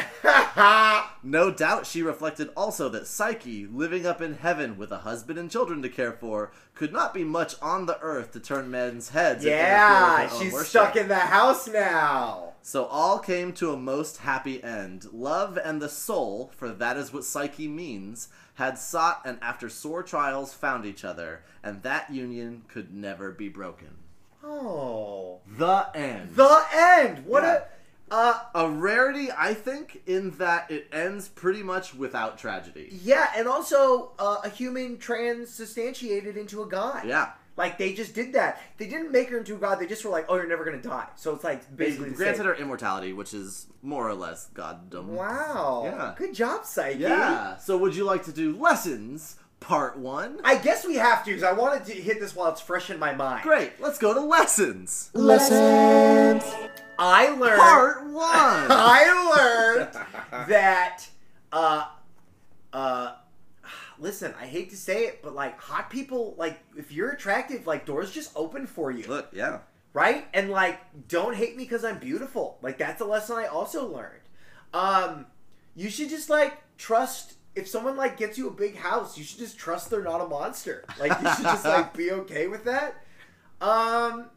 S2: no doubt she reflected also that Psyche, living up in heaven with a husband and children to care for, could not be much on the earth to turn men's heads. and interfere
S3: Yeah,
S2: with their own
S3: she's
S2: worship.
S3: stuck in the house now.
S2: So all came to a most happy end. Love and the soul, for that is what Psyche means, had sought and after sore trials found each other, and that union could never be broken.
S3: Oh.
S2: The end.
S3: The end. What
S2: Yeah.
S3: a. Uh,
S2: a rarity, I think, in that it ends pretty much without tragedy.
S3: yeah, and also uh, a human transubstantiated into a god.
S2: Yeah.
S3: Like they just did that. They didn't make her into a god. They just were like, "Oh, you're never gonna die." So it's like basically the
S2: granted
S3: same.
S2: her immortality, which is more or less goddom.
S3: Wow.
S2: Yeah.
S3: Good job, Psyche.
S2: Yeah. So would you like to do lessons part one?
S3: I guess we have to because I wanted to hit this while it's fresh in my mind.
S2: Great. Let's go to lessons.
S1: Lessons.
S3: I learned.
S2: Part one.
S3: I learned that. Uh, uh, listen, I hate to say it, but like hot people, like if you're attractive, like doors just open for you,
S2: Look, yeah.
S3: right? And like, don't hate me because I'm beautiful. Like that's a lesson I also learned. Um, you should just like trust. If someone like gets you a big house, you should just trust they're not a monster. Like you should just like be okay with that. Um,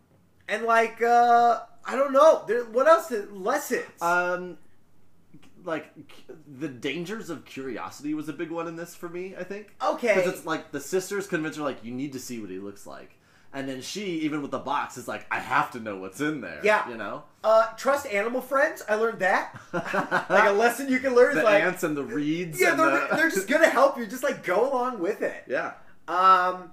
S3: and like uh, I don't know, there, what else? Did, lessons.
S2: Um, like c- the dangers of curiosity was a big one in this for me. I think.
S3: Okay.
S2: Because it's like the sisters convince her like you need to see what he looks like, and then she even with the box is like I have to know what's in there.
S3: Yeah.
S2: You know.
S3: Uh, trust animal friends. I learned that. like a lesson you can learn
S2: The
S3: is like,
S2: ants and the reeds.
S3: yeah,
S2: and
S3: they're,
S2: the-
S3: they're just gonna help you. Just like go along with it.
S2: yeah.
S3: Um,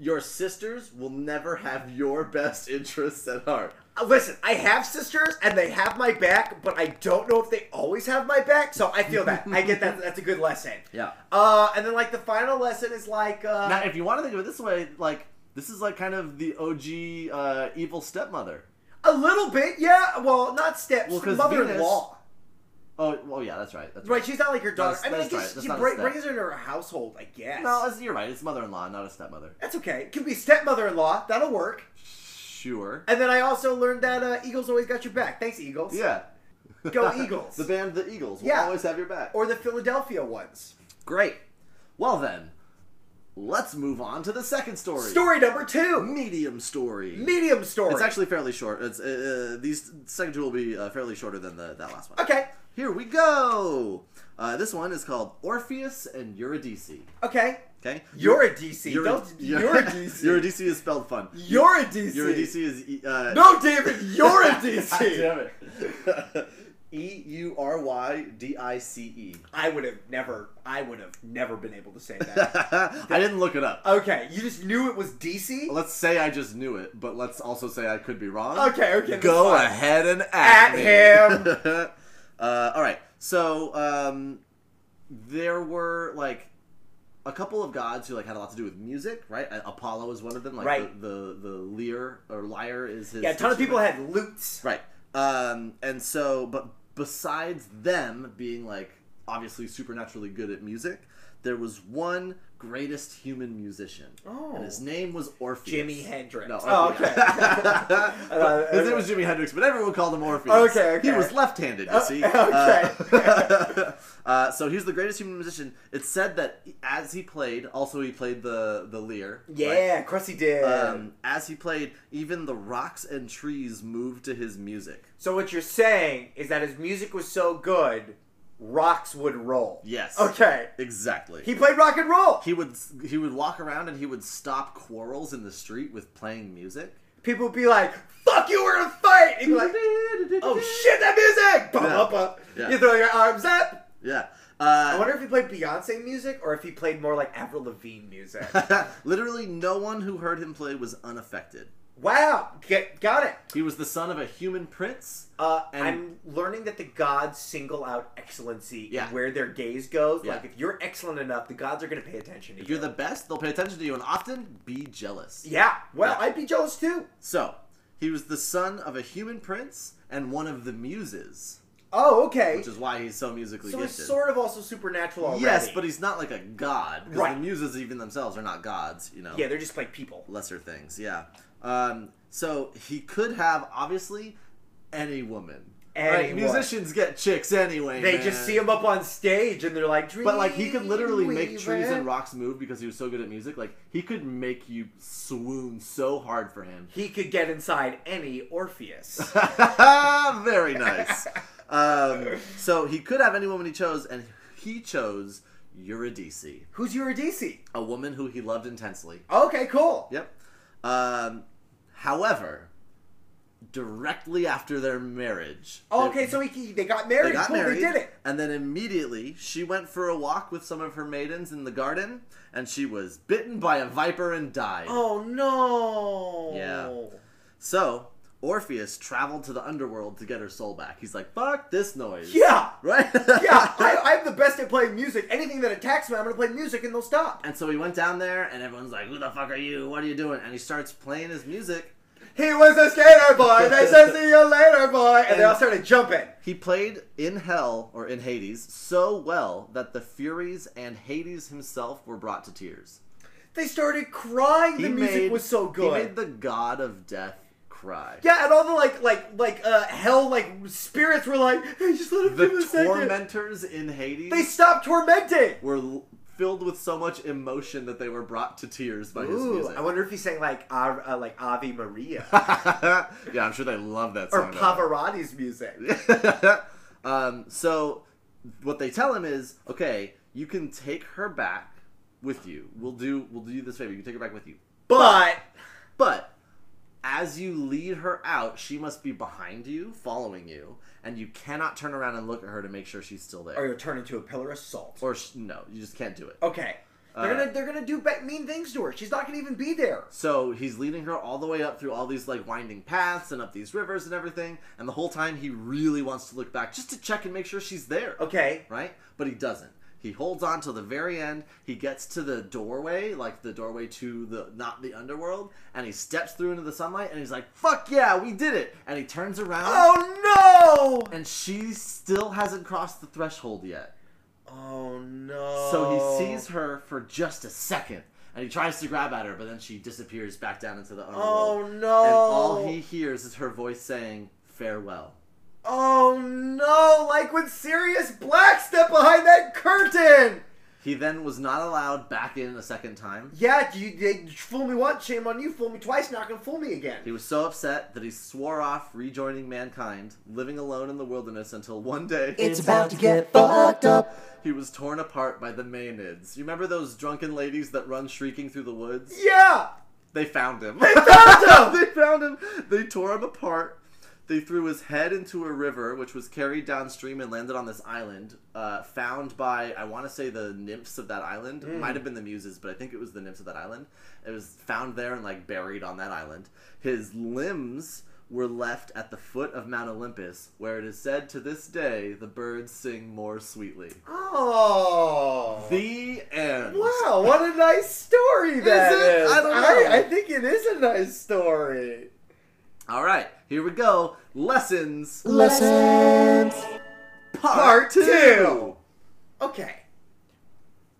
S2: Your sisters will never have your best interests at heart.
S3: listen, I have sisters and they have my back, but I don't know if they always have my back. So I feel that. I get that. That's a good lesson.
S2: Yeah.
S3: Uh, and then like the final lesson is like, uh,
S2: Now, if you want to think of it this way, like this is like kind of the OG uh, evil stepmother.
S3: a little bit. Yeah. Well, not steps.
S2: Well, 'cause
S3: mother-in-law.
S2: Oh, well, yeah, that's right. That's right.
S3: Right, she's not like your daughter.
S2: That's-
S3: I mean, I
S2: that's right,
S3: guess
S2: that's
S3: she
S2: not a
S3: bring,
S2: step.
S3: brings her into her household, I guess.
S2: No, it's- you're right. It's mother-in-law, not a stepmother.
S3: that's okay. It could be stepmother-in-law. That'll work.
S2: Sure.
S3: And then I also learned that uh, Eagles always got your back. Thanks, Eagles.
S2: Yeah.
S3: Go Eagles.
S2: The band The Eagles will
S3: Yeah.
S2: always have your back.
S3: or the Philadelphia ones.
S2: Great. Well then, let's move on to the second story.
S3: Story number two
S2: Medium story.
S3: medium story.
S2: It's actually fairly short. It's uh, uh, these second two will be uh, fairly shorter than the that last one.
S3: Okay.
S2: Here we go. Uh, this one is called Orpheus and Eurydice.
S3: Okay.
S2: Okay.
S3: You're a DC.
S2: Eury-
S3: Don't,
S2: Eury-
S3: you're a DC.
S2: Eurydice is spelled fun.
S3: You're a DC.
S2: Eurydice is uh,
S3: No, David, you're a DC.
S2: Damn it. E U R Y D I C E.
S3: I would have never, I would have never been able to say that.
S2: I didn't look it up.
S3: okay, you just knew it was DC.
S2: Let's say I just knew it, but let's also say I could be wrong.
S3: Okay, okay, that's
S2: Go
S3: fine.
S2: ahead and at,
S3: At
S2: me. uh, all right. So um, there were like a couple of gods who like had a lot to do with music, right? Uh, Apollo is one of them. Like
S3: Right.
S2: The, the the lyre or lyre is his.
S3: Yeah, a ton of people
S2: instrument.
S3: had loots.
S2: Right. Um, and so, but besides them being like obviously supernaturally good at music, there was one greatest human musician.
S3: Oh.
S2: And his name was Orpheus.
S3: Jimi Hendrix.
S2: No,
S3: Oh,
S2: Orpheus.
S3: okay.
S2: But his name was Jimi Hendrix, but everyone called him Orpheus.
S3: Okay, okay.
S2: He was left handed, you see.
S3: okay.
S2: Uh, uh, so he was the greatest human musician. It's said that as he played, also he played the, the lyre. right?
S3: Yeah, of course he did.
S2: Um, as he played, even the rocks and trees moved to his music.
S3: So what you're saying is that his music was so good, rocks would roll.
S2: Yes.
S3: Okay.
S2: Exactly.
S3: He played rock and roll.
S2: he would he would walk around and he would stop quarrels in the street with playing music.
S3: People would be like, "Fuck you, we're gonna fight." oh, He'd be like, "Oh shit, that music!" Bum,
S2: Yeah.
S3: bum, bum.
S2: Yeah.
S3: You throw your arms up.
S2: Yeah,
S3: I
S2: Uh,
S3: wonder if he played Beyonce music or if he played more like Avril Lavigne music.
S2: literally, no one who heard him play was unaffected.
S3: wow, get, got it.
S2: He was the son of a human prince.
S3: Uh,
S2: And-
S3: I'm learning that the gods single out excellency
S2: Yeah.
S3: in where their gaze goes.
S2: Yeah.
S3: Like if you're excellent enough, the gods are going to pay attention to
S2: If
S3: you.
S2: you're the best, they'll pay attention to you and often be jealous.
S3: yeah. Well,
S2: Yeah.
S3: I'd be jealous too.
S2: So, he was the son of a human prince and one of the muses,
S3: Oh, okay.
S2: which is why he's so musically
S3: So he's
S2: gifted.
S3: sort of also supernatural already.
S2: yes, but he's not like a god. Because
S3: Right.
S2: the muses, even themselves, are not gods, you know?
S3: yeah, they're just like people.
S2: lesser things, yeah. Um, so, he could have, obviously, any woman.
S3: Any woman.
S2: Musicians get chicks anyway.
S3: They
S2: man.
S3: just see him up on stage and they're like,
S2: But like he could literally make trees
S3: "Dreamweaver."
S2: and rocks move because he was so good at music. Like he could make you swoon so hard for him.
S3: He could get inside any Orpheus.
S2: Very nice. Um, so he could have any woman he chose, and he chose Eurydice,
S3: Who's Eurydice?
S2: a woman who he loved intensely.
S3: Okay, cool.
S2: Yep. Um, however, directly after their marriage,
S3: Oh, Okay, so he, he- they got married.
S2: they got
S3: cool,
S2: married,
S3: they did it.
S2: and then immediately she went for a walk with some of her maidens in the garden, and she was bitten by a viper and died.
S3: Oh no.
S2: Yeah. So Orpheus traveled to the underworld to get her soul back. He's like, "Fuck this noise."
S3: Yeah.
S2: Right.
S3: Yeah, I, I'm the best at playing music. Anything that attacks me, I'm gonna play music and they'll stop.
S2: and so he went down there, and everyone's like, "Who the fuck are you? What are you doing?" And he starts playing his music.
S3: He was a skater boy. They said see you later, boy, and, they all started jumping.
S2: He played in Hell or in Hades so well that the Furies and Hades himself were brought to tears.
S3: They started crying.
S2: He
S3: the music
S2: made-
S3: was so good.
S2: He made the god of death cry.
S3: Yeah, and all the like, like, like, uh, hell, like spirits were like, hey, just let him give it a
S2: The
S3: second."
S2: tormentors in Hades
S3: They stopped tormenting.
S2: were l- filled with so much emotion that they were brought to tears by his
S3: Ooh,
S2: music.
S3: I wonder if he's saying like, uh, uh, like Ave Maria
S2: yeah, I'm sure they love that song.
S3: or Pavarotti's music.
S2: um, so what they tell him is, okay, you can take her back with you. We'll do we'll do you this favor. You can take her back with you.
S3: But
S2: But as you lead her out, she must be behind you, following you, and you cannot turn around and look at her to make sure she's still there.
S3: or you'll turn into a pillar of salt.
S2: or sh- no, you just can't do it.
S3: Okay, they're
S2: Uh,
S3: gonna they're gonna do ba- mean things to her. She's not gonna even be there.
S2: So he's leading her all the way up through all these like winding paths and up these rivers and everything, and the whole time he really wants to look back just to check and make sure she's there.
S3: Okay,
S2: Right? But he doesn't. He holds on till the very end. He gets to the doorway, like the doorway to the not the underworld, and he steps through into the sunlight and he's like, "Fuck yeah, we did it." And he turns around
S3: Oh no!
S2: and she still hasn't crossed the threshold yet.
S3: Oh no!
S2: So he sees her for just a second, and he tries to grab at her, but then she disappears back down into the
S3: Oh
S2: underworld.
S3: no!
S2: And all he hears is her voice saying, "Farewell."
S3: Oh no! Like when Sirius Black stepped behind that curtain.
S2: He then was not allowed back in a second time.
S3: Yeah, you, you fool me once, shame on you. Fool me twice, not gonna fool me again.
S2: He was so upset that he swore off rejoining mankind, living alone in the wilderness until one day
S1: It's about to get fucked up.
S2: he was torn apart by the Maenads. You remember those drunken ladies that run shrieking through the woods?
S3: Yeah.
S2: They found him. They found him. they found him. They tore him apart. They threw his head into a river, which was carried downstream and landed on this island, uh, found by I want to say the nymphs of that island. It might have been the muses, but I think it was the nymphs of that island. It was found there and like buried on that island. His limbs were left at the foot of Mount Olympus, where it is said to this day the birds sing more sweetly.
S3: Oh.
S2: The end.
S3: Wow, what a nice story that is.
S2: Is it? I don't know.
S3: I, I think it is a nice story.
S2: All right, here we go. Lessons.
S1: Lessons.
S2: Part two.
S3: two. Okay.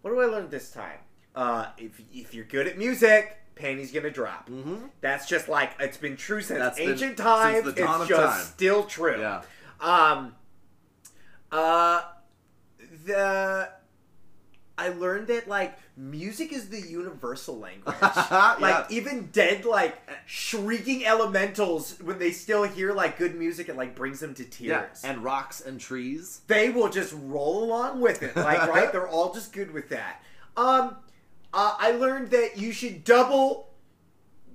S3: What do I learn this time? Uh, if if you're good at music, panties gonna drop.
S2: Mhm.
S3: That's just like it's been true since
S2: That's been-
S3: ancient times.
S2: since the dawn
S3: it's
S2: of
S3: just
S2: time.
S3: still true.
S2: Yeah.
S3: Um. Uh, the I learned that like music is the universal language. like
S2: Yeah.
S3: even dead like shrieking elementals when they still hear like good music, it like brings them to
S2: Yeah,
S3: tears
S2: and rocks and trees.
S3: they will just roll along with it. Like, right? They're all just good with that. Um, uh, I learned that you should double,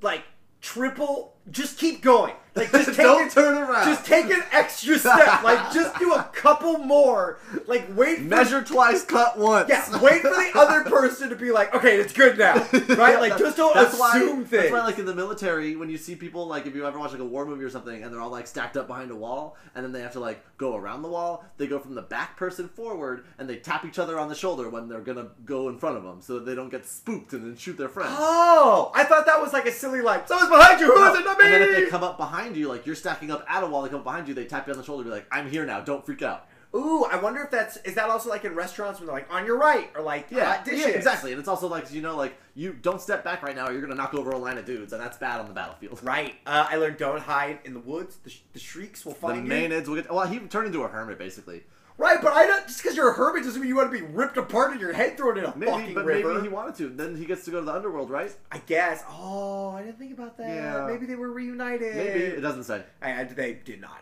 S3: like, triple just keep going. Like just take
S2: Don't
S3: it,
S2: turn around.
S3: Just take an extra step. Like just do a couple more. Like wait for
S2: Measure twice, cut once.
S3: Yeah, wait for the other person to be like, okay, it's good now, right? Like, just don't assume
S2: why,
S3: things.
S2: That's why, like in the military, when you see people, like if you ever watch like a war movie or something, and they're all like stacked up behind a wall, and then they have to like go around the wall. They go from the back person forward, and they tap each other on the shoulder when they're gonna go in front of them, so that they don't get spooked and then shoot their friend.
S3: oh, I thought that was like a silly like. Someone's behind you. Who is it? Not me.
S2: And then if they come up behind you, like you're stacking up at a wall, they come up behind you, they tap you on the shoulder, be like, "I'm here now, don't freak out."
S3: Ooh, I wonder if that's is that also like in restaurants when they're like on your right or like
S2: Yeah,
S3: hot
S2: yeah,
S3: dishes.
S2: exactly. And it's also like you know, like you don't step back right now, or you're gonna knock over a line of dudes, and that's bad on the battlefield.
S3: Right. Uh, I learned don't hide in the woods. The, sh- the shrieks will
S2: The
S3: find you.
S2: Maenads will get. Well, he turned into a hermit basically.
S3: Right, but I don't just because you're a hermit doesn't mean you want to be ripped apart and your head thrown in a
S2: Maybe,
S3: fucking
S2: but
S3: river.
S2: maybe he wanted to. Then he gets to go to the underworld, right?
S3: I guess. Oh, I didn't think about that.
S2: Yeah.
S3: Maybe they were reunited.
S2: Maybe it doesn't say.
S3: I, I- they did not.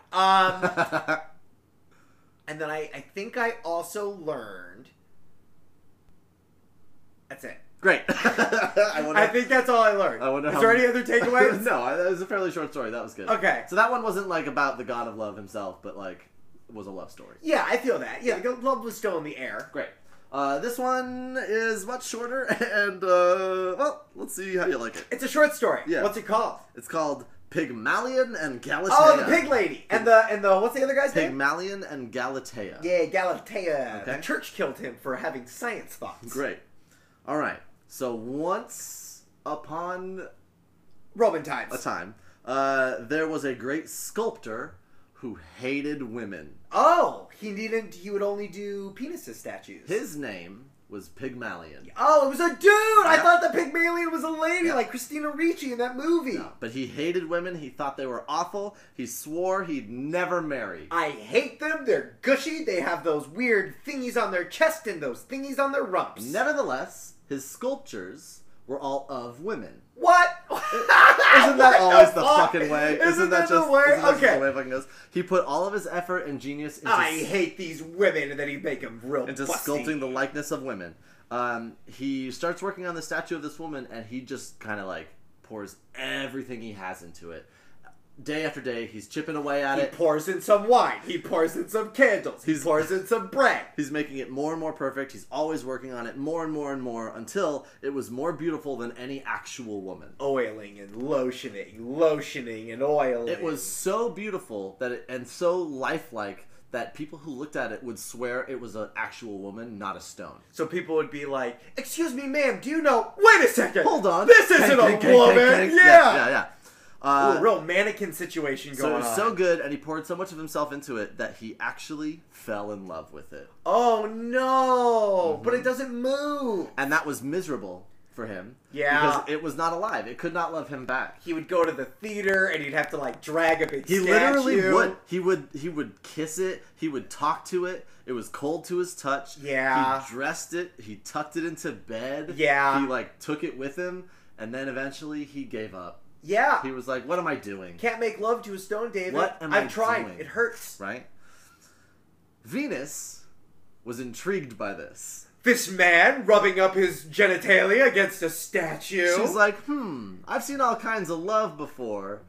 S3: Um, and then I, I think I also learned. That's it.
S2: Great. I wonder.
S3: I think that's all I learned.
S2: I wonder.
S3: Is
S2: how-
S3: there any other takeaways?
S2: no, I- that was a fairly short story. That was good.
S3: Okay.
S2: So that one wasn't like about the god of love himself, but like was a love story.
S3: Yeah, I feel that. Yeah, the love was still in the air.
S2: Great. Uh, this one is much shorter, and uh, well, let's see how you like it.
S3: It's a short story.
S2: Yeah.
S3: What's it called?
S2: It's called Pygmalion and Galatea.
S3: Oh, the pig lady and the and the what's the other guy's name?
S2: Pygmalion and Galatea.
S3: Yeah, Galatea.
S2: Okay.
S3: The church killed him for having science thoughts.
S2: Great. All right. So once upon
S3: Roman
S2: a
S3: times.
S2: time, uh, there was a great sculptor who hated women.
S3: Oh, he needn't. He would only do penises statues.
S2: His name was Pygmalion,
S3: Oh, it was a dude. I
S2: Yeah.
S3: thought the Pygmalion was a lady,
S2: Yeah.
S3: like Christina Ricci in that movie.
S2: but he hated women. He thought they were awful. He swore he'd never marry.
S3: I hate them. They're gushy. They have those weird thingies on their chest and those thingies on their rumps.
S2: Nevertheless, his sculptures were all of women.
S3: What?
S2: Isn't
S3: Isn't
S2: that always the fucking way?
S3: "Oh, Isn't, that, the way?
S2: isn't that just
S3: okay.
S2: the way it fucking goes? He put all of his effort and genius into
S3: I hate these women, and then he make them real
S2: into
S3: busty.
S2: sculpting the likeness of women. Um, he starts working on the statue of this woman, and he just kind of like pours everything he has into it. Day after day, he's chipping away at
S3: He
S2: it.
S3: pours in some wine. He pours in some candles. He
S2: He's-
S3: pours in some bread.
S2: He's making it more and more perfect. He's always working on it more and more and more until it was more beautiful than any actual woman.
S3: Oiling and lotioning, lotioning and oiling.
S2: It was so beautiful that it, and so lifelike that people who looked at it would swear it was an actual woman, not a stone.
S3: So people would be like, "Excuse me, ma'am, do you know? Wait a second,
S2: Hold on,
S3: this isn't
S2: Kang,
S3: a
S2: kang, kang,
S3: woman."
S2: kang, kang.
S3: Yeah,
S2: yeah, yeah.
S3: Ooh,
S2: Uh,
S3: real mannequin situation
S2: So it
S3: going
S2: was
S3: on.
S2: so good, and he poured so much of himself into it that he actually fell in love with it,
S3: oh no, but
S2: Mm-hmm.
S3: it doesn't move.
S2: and that was miserable for him.
S3: Yeah.
S2: because it was not alive; it could not love him back.
S3: He would go to the theater and he'd have to like drag a big.
S2: He
S3: statue.
S2: literally would. He would. He would kiss it. He would talk to it. It was cold to his touch.
S3: Yeah.
S2: He dressed it. He tucked it into bed.
S3: Yeah.
S2: He like took it with him, and then eventually he gave up.
S3: Yeah,
S2: He was like, "What am I doing?"
S3: can't make love to a stone, David.
S2: What am
S3: I've
S2: I
S3: tried.
S2: doing?
S3: It hurts.
S2: Right. Venus was intrigued by this.
S3: This man rubbing up his genitalia against a statue.
S2: She's like, hmm, I've seen all kinds of love before.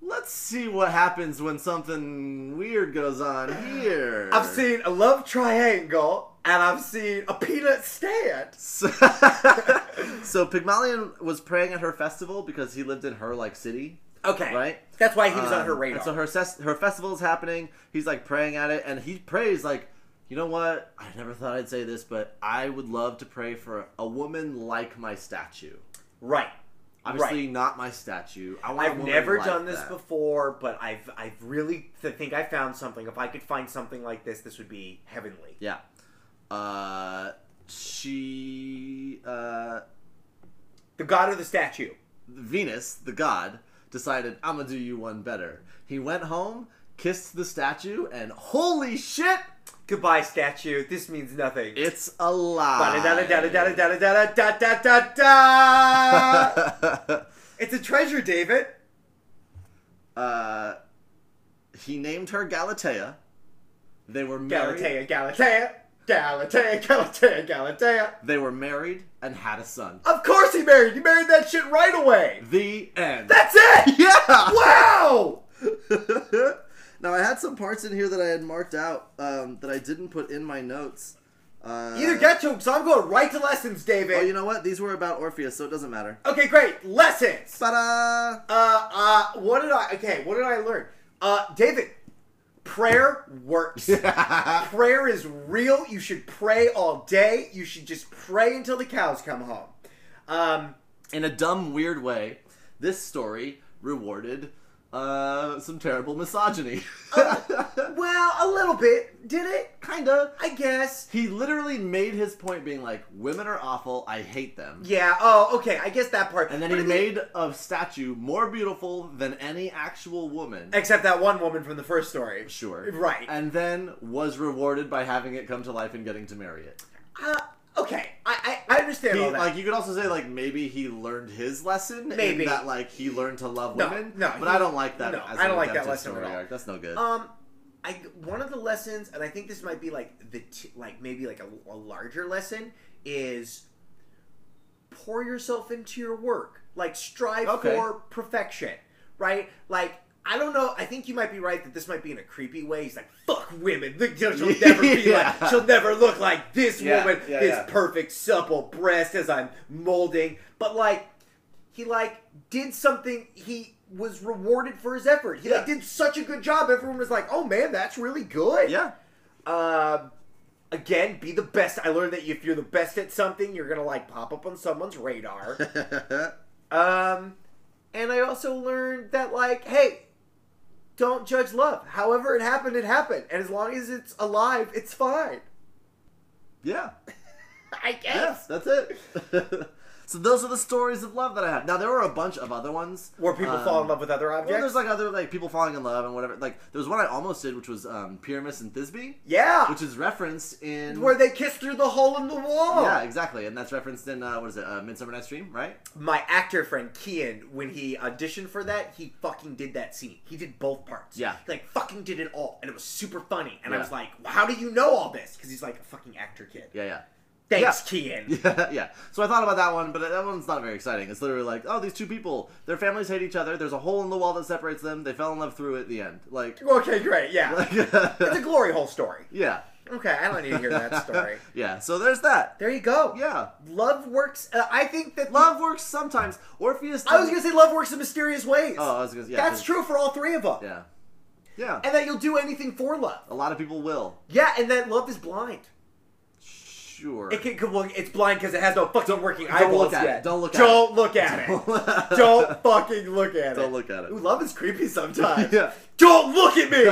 S2: Let's see what happens when something weird goes on here.
S3: I've seen a love triangle and I've seen a peanut stand.
S2: So, so Pygmalion was praying at her festival because he lived in her like city.
S3: Okay,
S2: Right?
S3: That's why he was on
S2: Um,
S3: her radar.
S2: And so her ses- her festival is happening. He's like praying at it, and he prays like, you know what? I never thought I'd say this, but I would love to pray for a woman like my statue.
S3: Right.
S2: Obviously,
S3: Right.
S2: not my statue. I want a
S3: I've
S2: woman
S3: never
S2: like
S3: done this
S2: that.
S3: before, but I've I've really th- think I found something. If I could find something like this, this would be heavenly.
S2: Yeah. Uh, she, uh,
S3: The god of the statue.
S2: Venus, the god, decided, I'm gonna do you one better. He went home, kissed the statue, and holy shit,
S3: Goodbye, statue. This means nothing.
S2: it's alive.
S3: Da-da-da-da-da-da-da-da-da-da-da. It's a treasure, David.
S2: uh, he named her Galatea. They were married.
S3: Galatea, Galatea. Galatea, Galatea, Galatea.
S2: They were married and had a son.
S3: Of course he married. He married that shit right away.
S2: The end.
S3: That's it.
S2: yeah.
S3: Wow.
S2: now I had some parts in here that I had marked out um, that I didn't put in my notes. Uh,
S3: Either get to him, because I'm going right to lessons, David.
S2: Oh, you know what? These were about Orpheus, so it doesn't matter.
S3: okay, great. Lessons.
S2: Ta-da!
S3: Uh, uh, what did I? Okay, what did I learn? Uh, David, prayer works. prayer is real. You should pray all day. You should just pray until the cows come home. Um,
S2: in a dumb, weird way, this story rewarded uh, some terrible misogyny.
S3: well, a little bit. Did it?
S2: Kinda.
S3: I guess.
S2: He literally made his point being like, women are awful, I hate them.
S3: Yeah. Oh, okay. I guess that part.
S2: And then
S3: But
S2: he
S3: I mean-
S2: made a statue more beautiful than any actual woman.
S3: except that one woman from the first story.
S2: Sure.
S3: Right.
S2: And then was rewarded by having it come to life and getting to marry it.
S3: Uh, okay. I I, I understand
S2: He,
S3: all that.
S2: like you could also say like maybe he learned his lesson.
S3: Maybe.
S2: in that like he learned to love
S3: No,
S2: women.
S3: no,
S2: but
S3: he-
S2: I don't like that.
S3: no,
S2: as
S3: I
S2: an
S3: don't like that
S2: redemptive
S3: lesson at
S2: story
S3: all.
S2: arc. That's no good.
S3: Um, I one of the lessons, and I think this might be like the t- like maybe like a, a larger lesson is pour yourself into your work, like strive
S2: Okay.
S3: for perfection, right? Like. I don't know. I think you might be right that this might be in a creepy way. He's like, "Fuck women. Look, She'll she'll never be
S2: Yeah.
S3: like. She'll never look like this
S2: Yeah,
S3: woman.
S2: yeah,
S3: this
S2: yeah.
S3: perfect supple breast as I'm molding." But like, he like did something he was rewarded for his effort he like
S2: Yeah.
S3: did such a good job everyone was like oh man that's really good
S2: yeah.
S3: um again be the best i learned that if you're the best at something you're gonna like pop up on someone's radar um and i also learned that like hey don't judge love however it happened it happened and as long as it's alive it's fine
S2: Yeah.
S3: i
S2: Yes,
S3: guess
S2: that's it. so those are the stories of love that I had. Now there were a bunch of other ones
S3: where people
S2: um,
S3: fall in love with other objects
S2: Well, there's like other like people falling in love and whatever. Like there was one I almost did, which was um, Pyramus and Thisbe,
S3: yeah
S2: which is referenced in
S3: where they kiss through the hole in the wall
S2: yeah, exactly, and that's referenced in uh, what is it, uh, Midsummer Night's Dream, right?
S3: my actor friend Kian, when he auditioned for that, he fucking did that scene. He did both parts.
S2: Yeah.
S3: He like fucking did it all. And it was super funny. And I
S2: Yeah.
S3: was like, "Well, how do you know all this? Because he's like a fucking actor kid.
S2: Yeah, yeah.
S3: Thanks, Kian.
S2: Yeah, yeah. So I thought about that one, but that one's not very exciting. It's literally like, oh, these two people, their families hate each other. There's a hole in the wall that separates them. They fell in love through it. The end. Like,
S3: Okay, great. Yeah. it's a glory hole story.
S2: yeah,
S3: Okay, I don't need to hear that story.
S2: yeah. So there's that.
S3: There you go.
S2: Yeah,
S3: Love works. Uh, I think that
S2: love works sometimes. Orpheus.
S3: I was
S2: didn't-
S3: gonna say love works in mysterious ways.
S2: Oh, I was gonna. Yeah,
S3: That's
S2: 'cause-
S3: true for all three of them.
S2: Yeah, Oh. yeah.
S3: And that you'll do anything for love.
S2: a lot of people will.
S3: Yeah, and that love is blind.
S2: Sure.
S3: It can, can- well, it's blind because it has no fucking working eyeballs
S2: look at
S3: yet.
S2: it. Don't look at
S3: Don't look at it. Don't fucking look at it.
S2: Don't look at it.
S3: Ooh, love is creepy sometimes.
S2: Yeah.
S3: Don't look at me.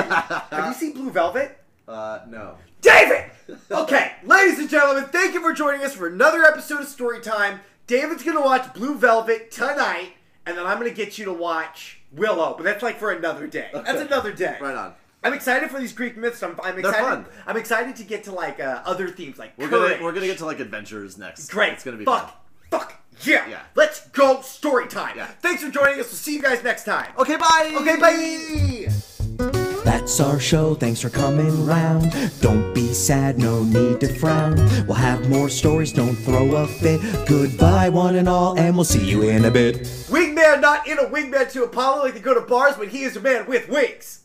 S3: Have you seen Blue Velvet?
S2: Uh, no.
S3: David. Okay, ladies and gentlemen, thank you for joining us for another episode of Storytime. David's gonna watch Blue Velvet tonight, and then I'm gonna get you to watch Willow, but that's like for another day. That's another day.
S2: Right on.
S3: I'm excited for these Greek myths. I'm, I'm
S2: They're
S3: excited.
S2: fun.
S3: I'm excited to get to like uh, other themes like
S2: We're
S3: courage.
S2: gonna we're gonna get to like adventures next.
S3: Great.
S2: It's gonna be
S3: fuck.
S2: fun.
S3: Fuck. Yeah.
S2: Yeah.
S3: Let's go story time.
S2: Yeah.
S3: Thanks for joining us. We'll see you guys next time.
S2: Okay. Bye.
S3: Okay, bye.
S1: That's our show, thanks for coming round. Don't be sad, no need to frown. We'll have more stories, don't throw a fit. Goodbye, one and all, and we'll see you in a bit.
S3: Wingman not in a wingman to Apollo like they go to bars when he is a man with wings.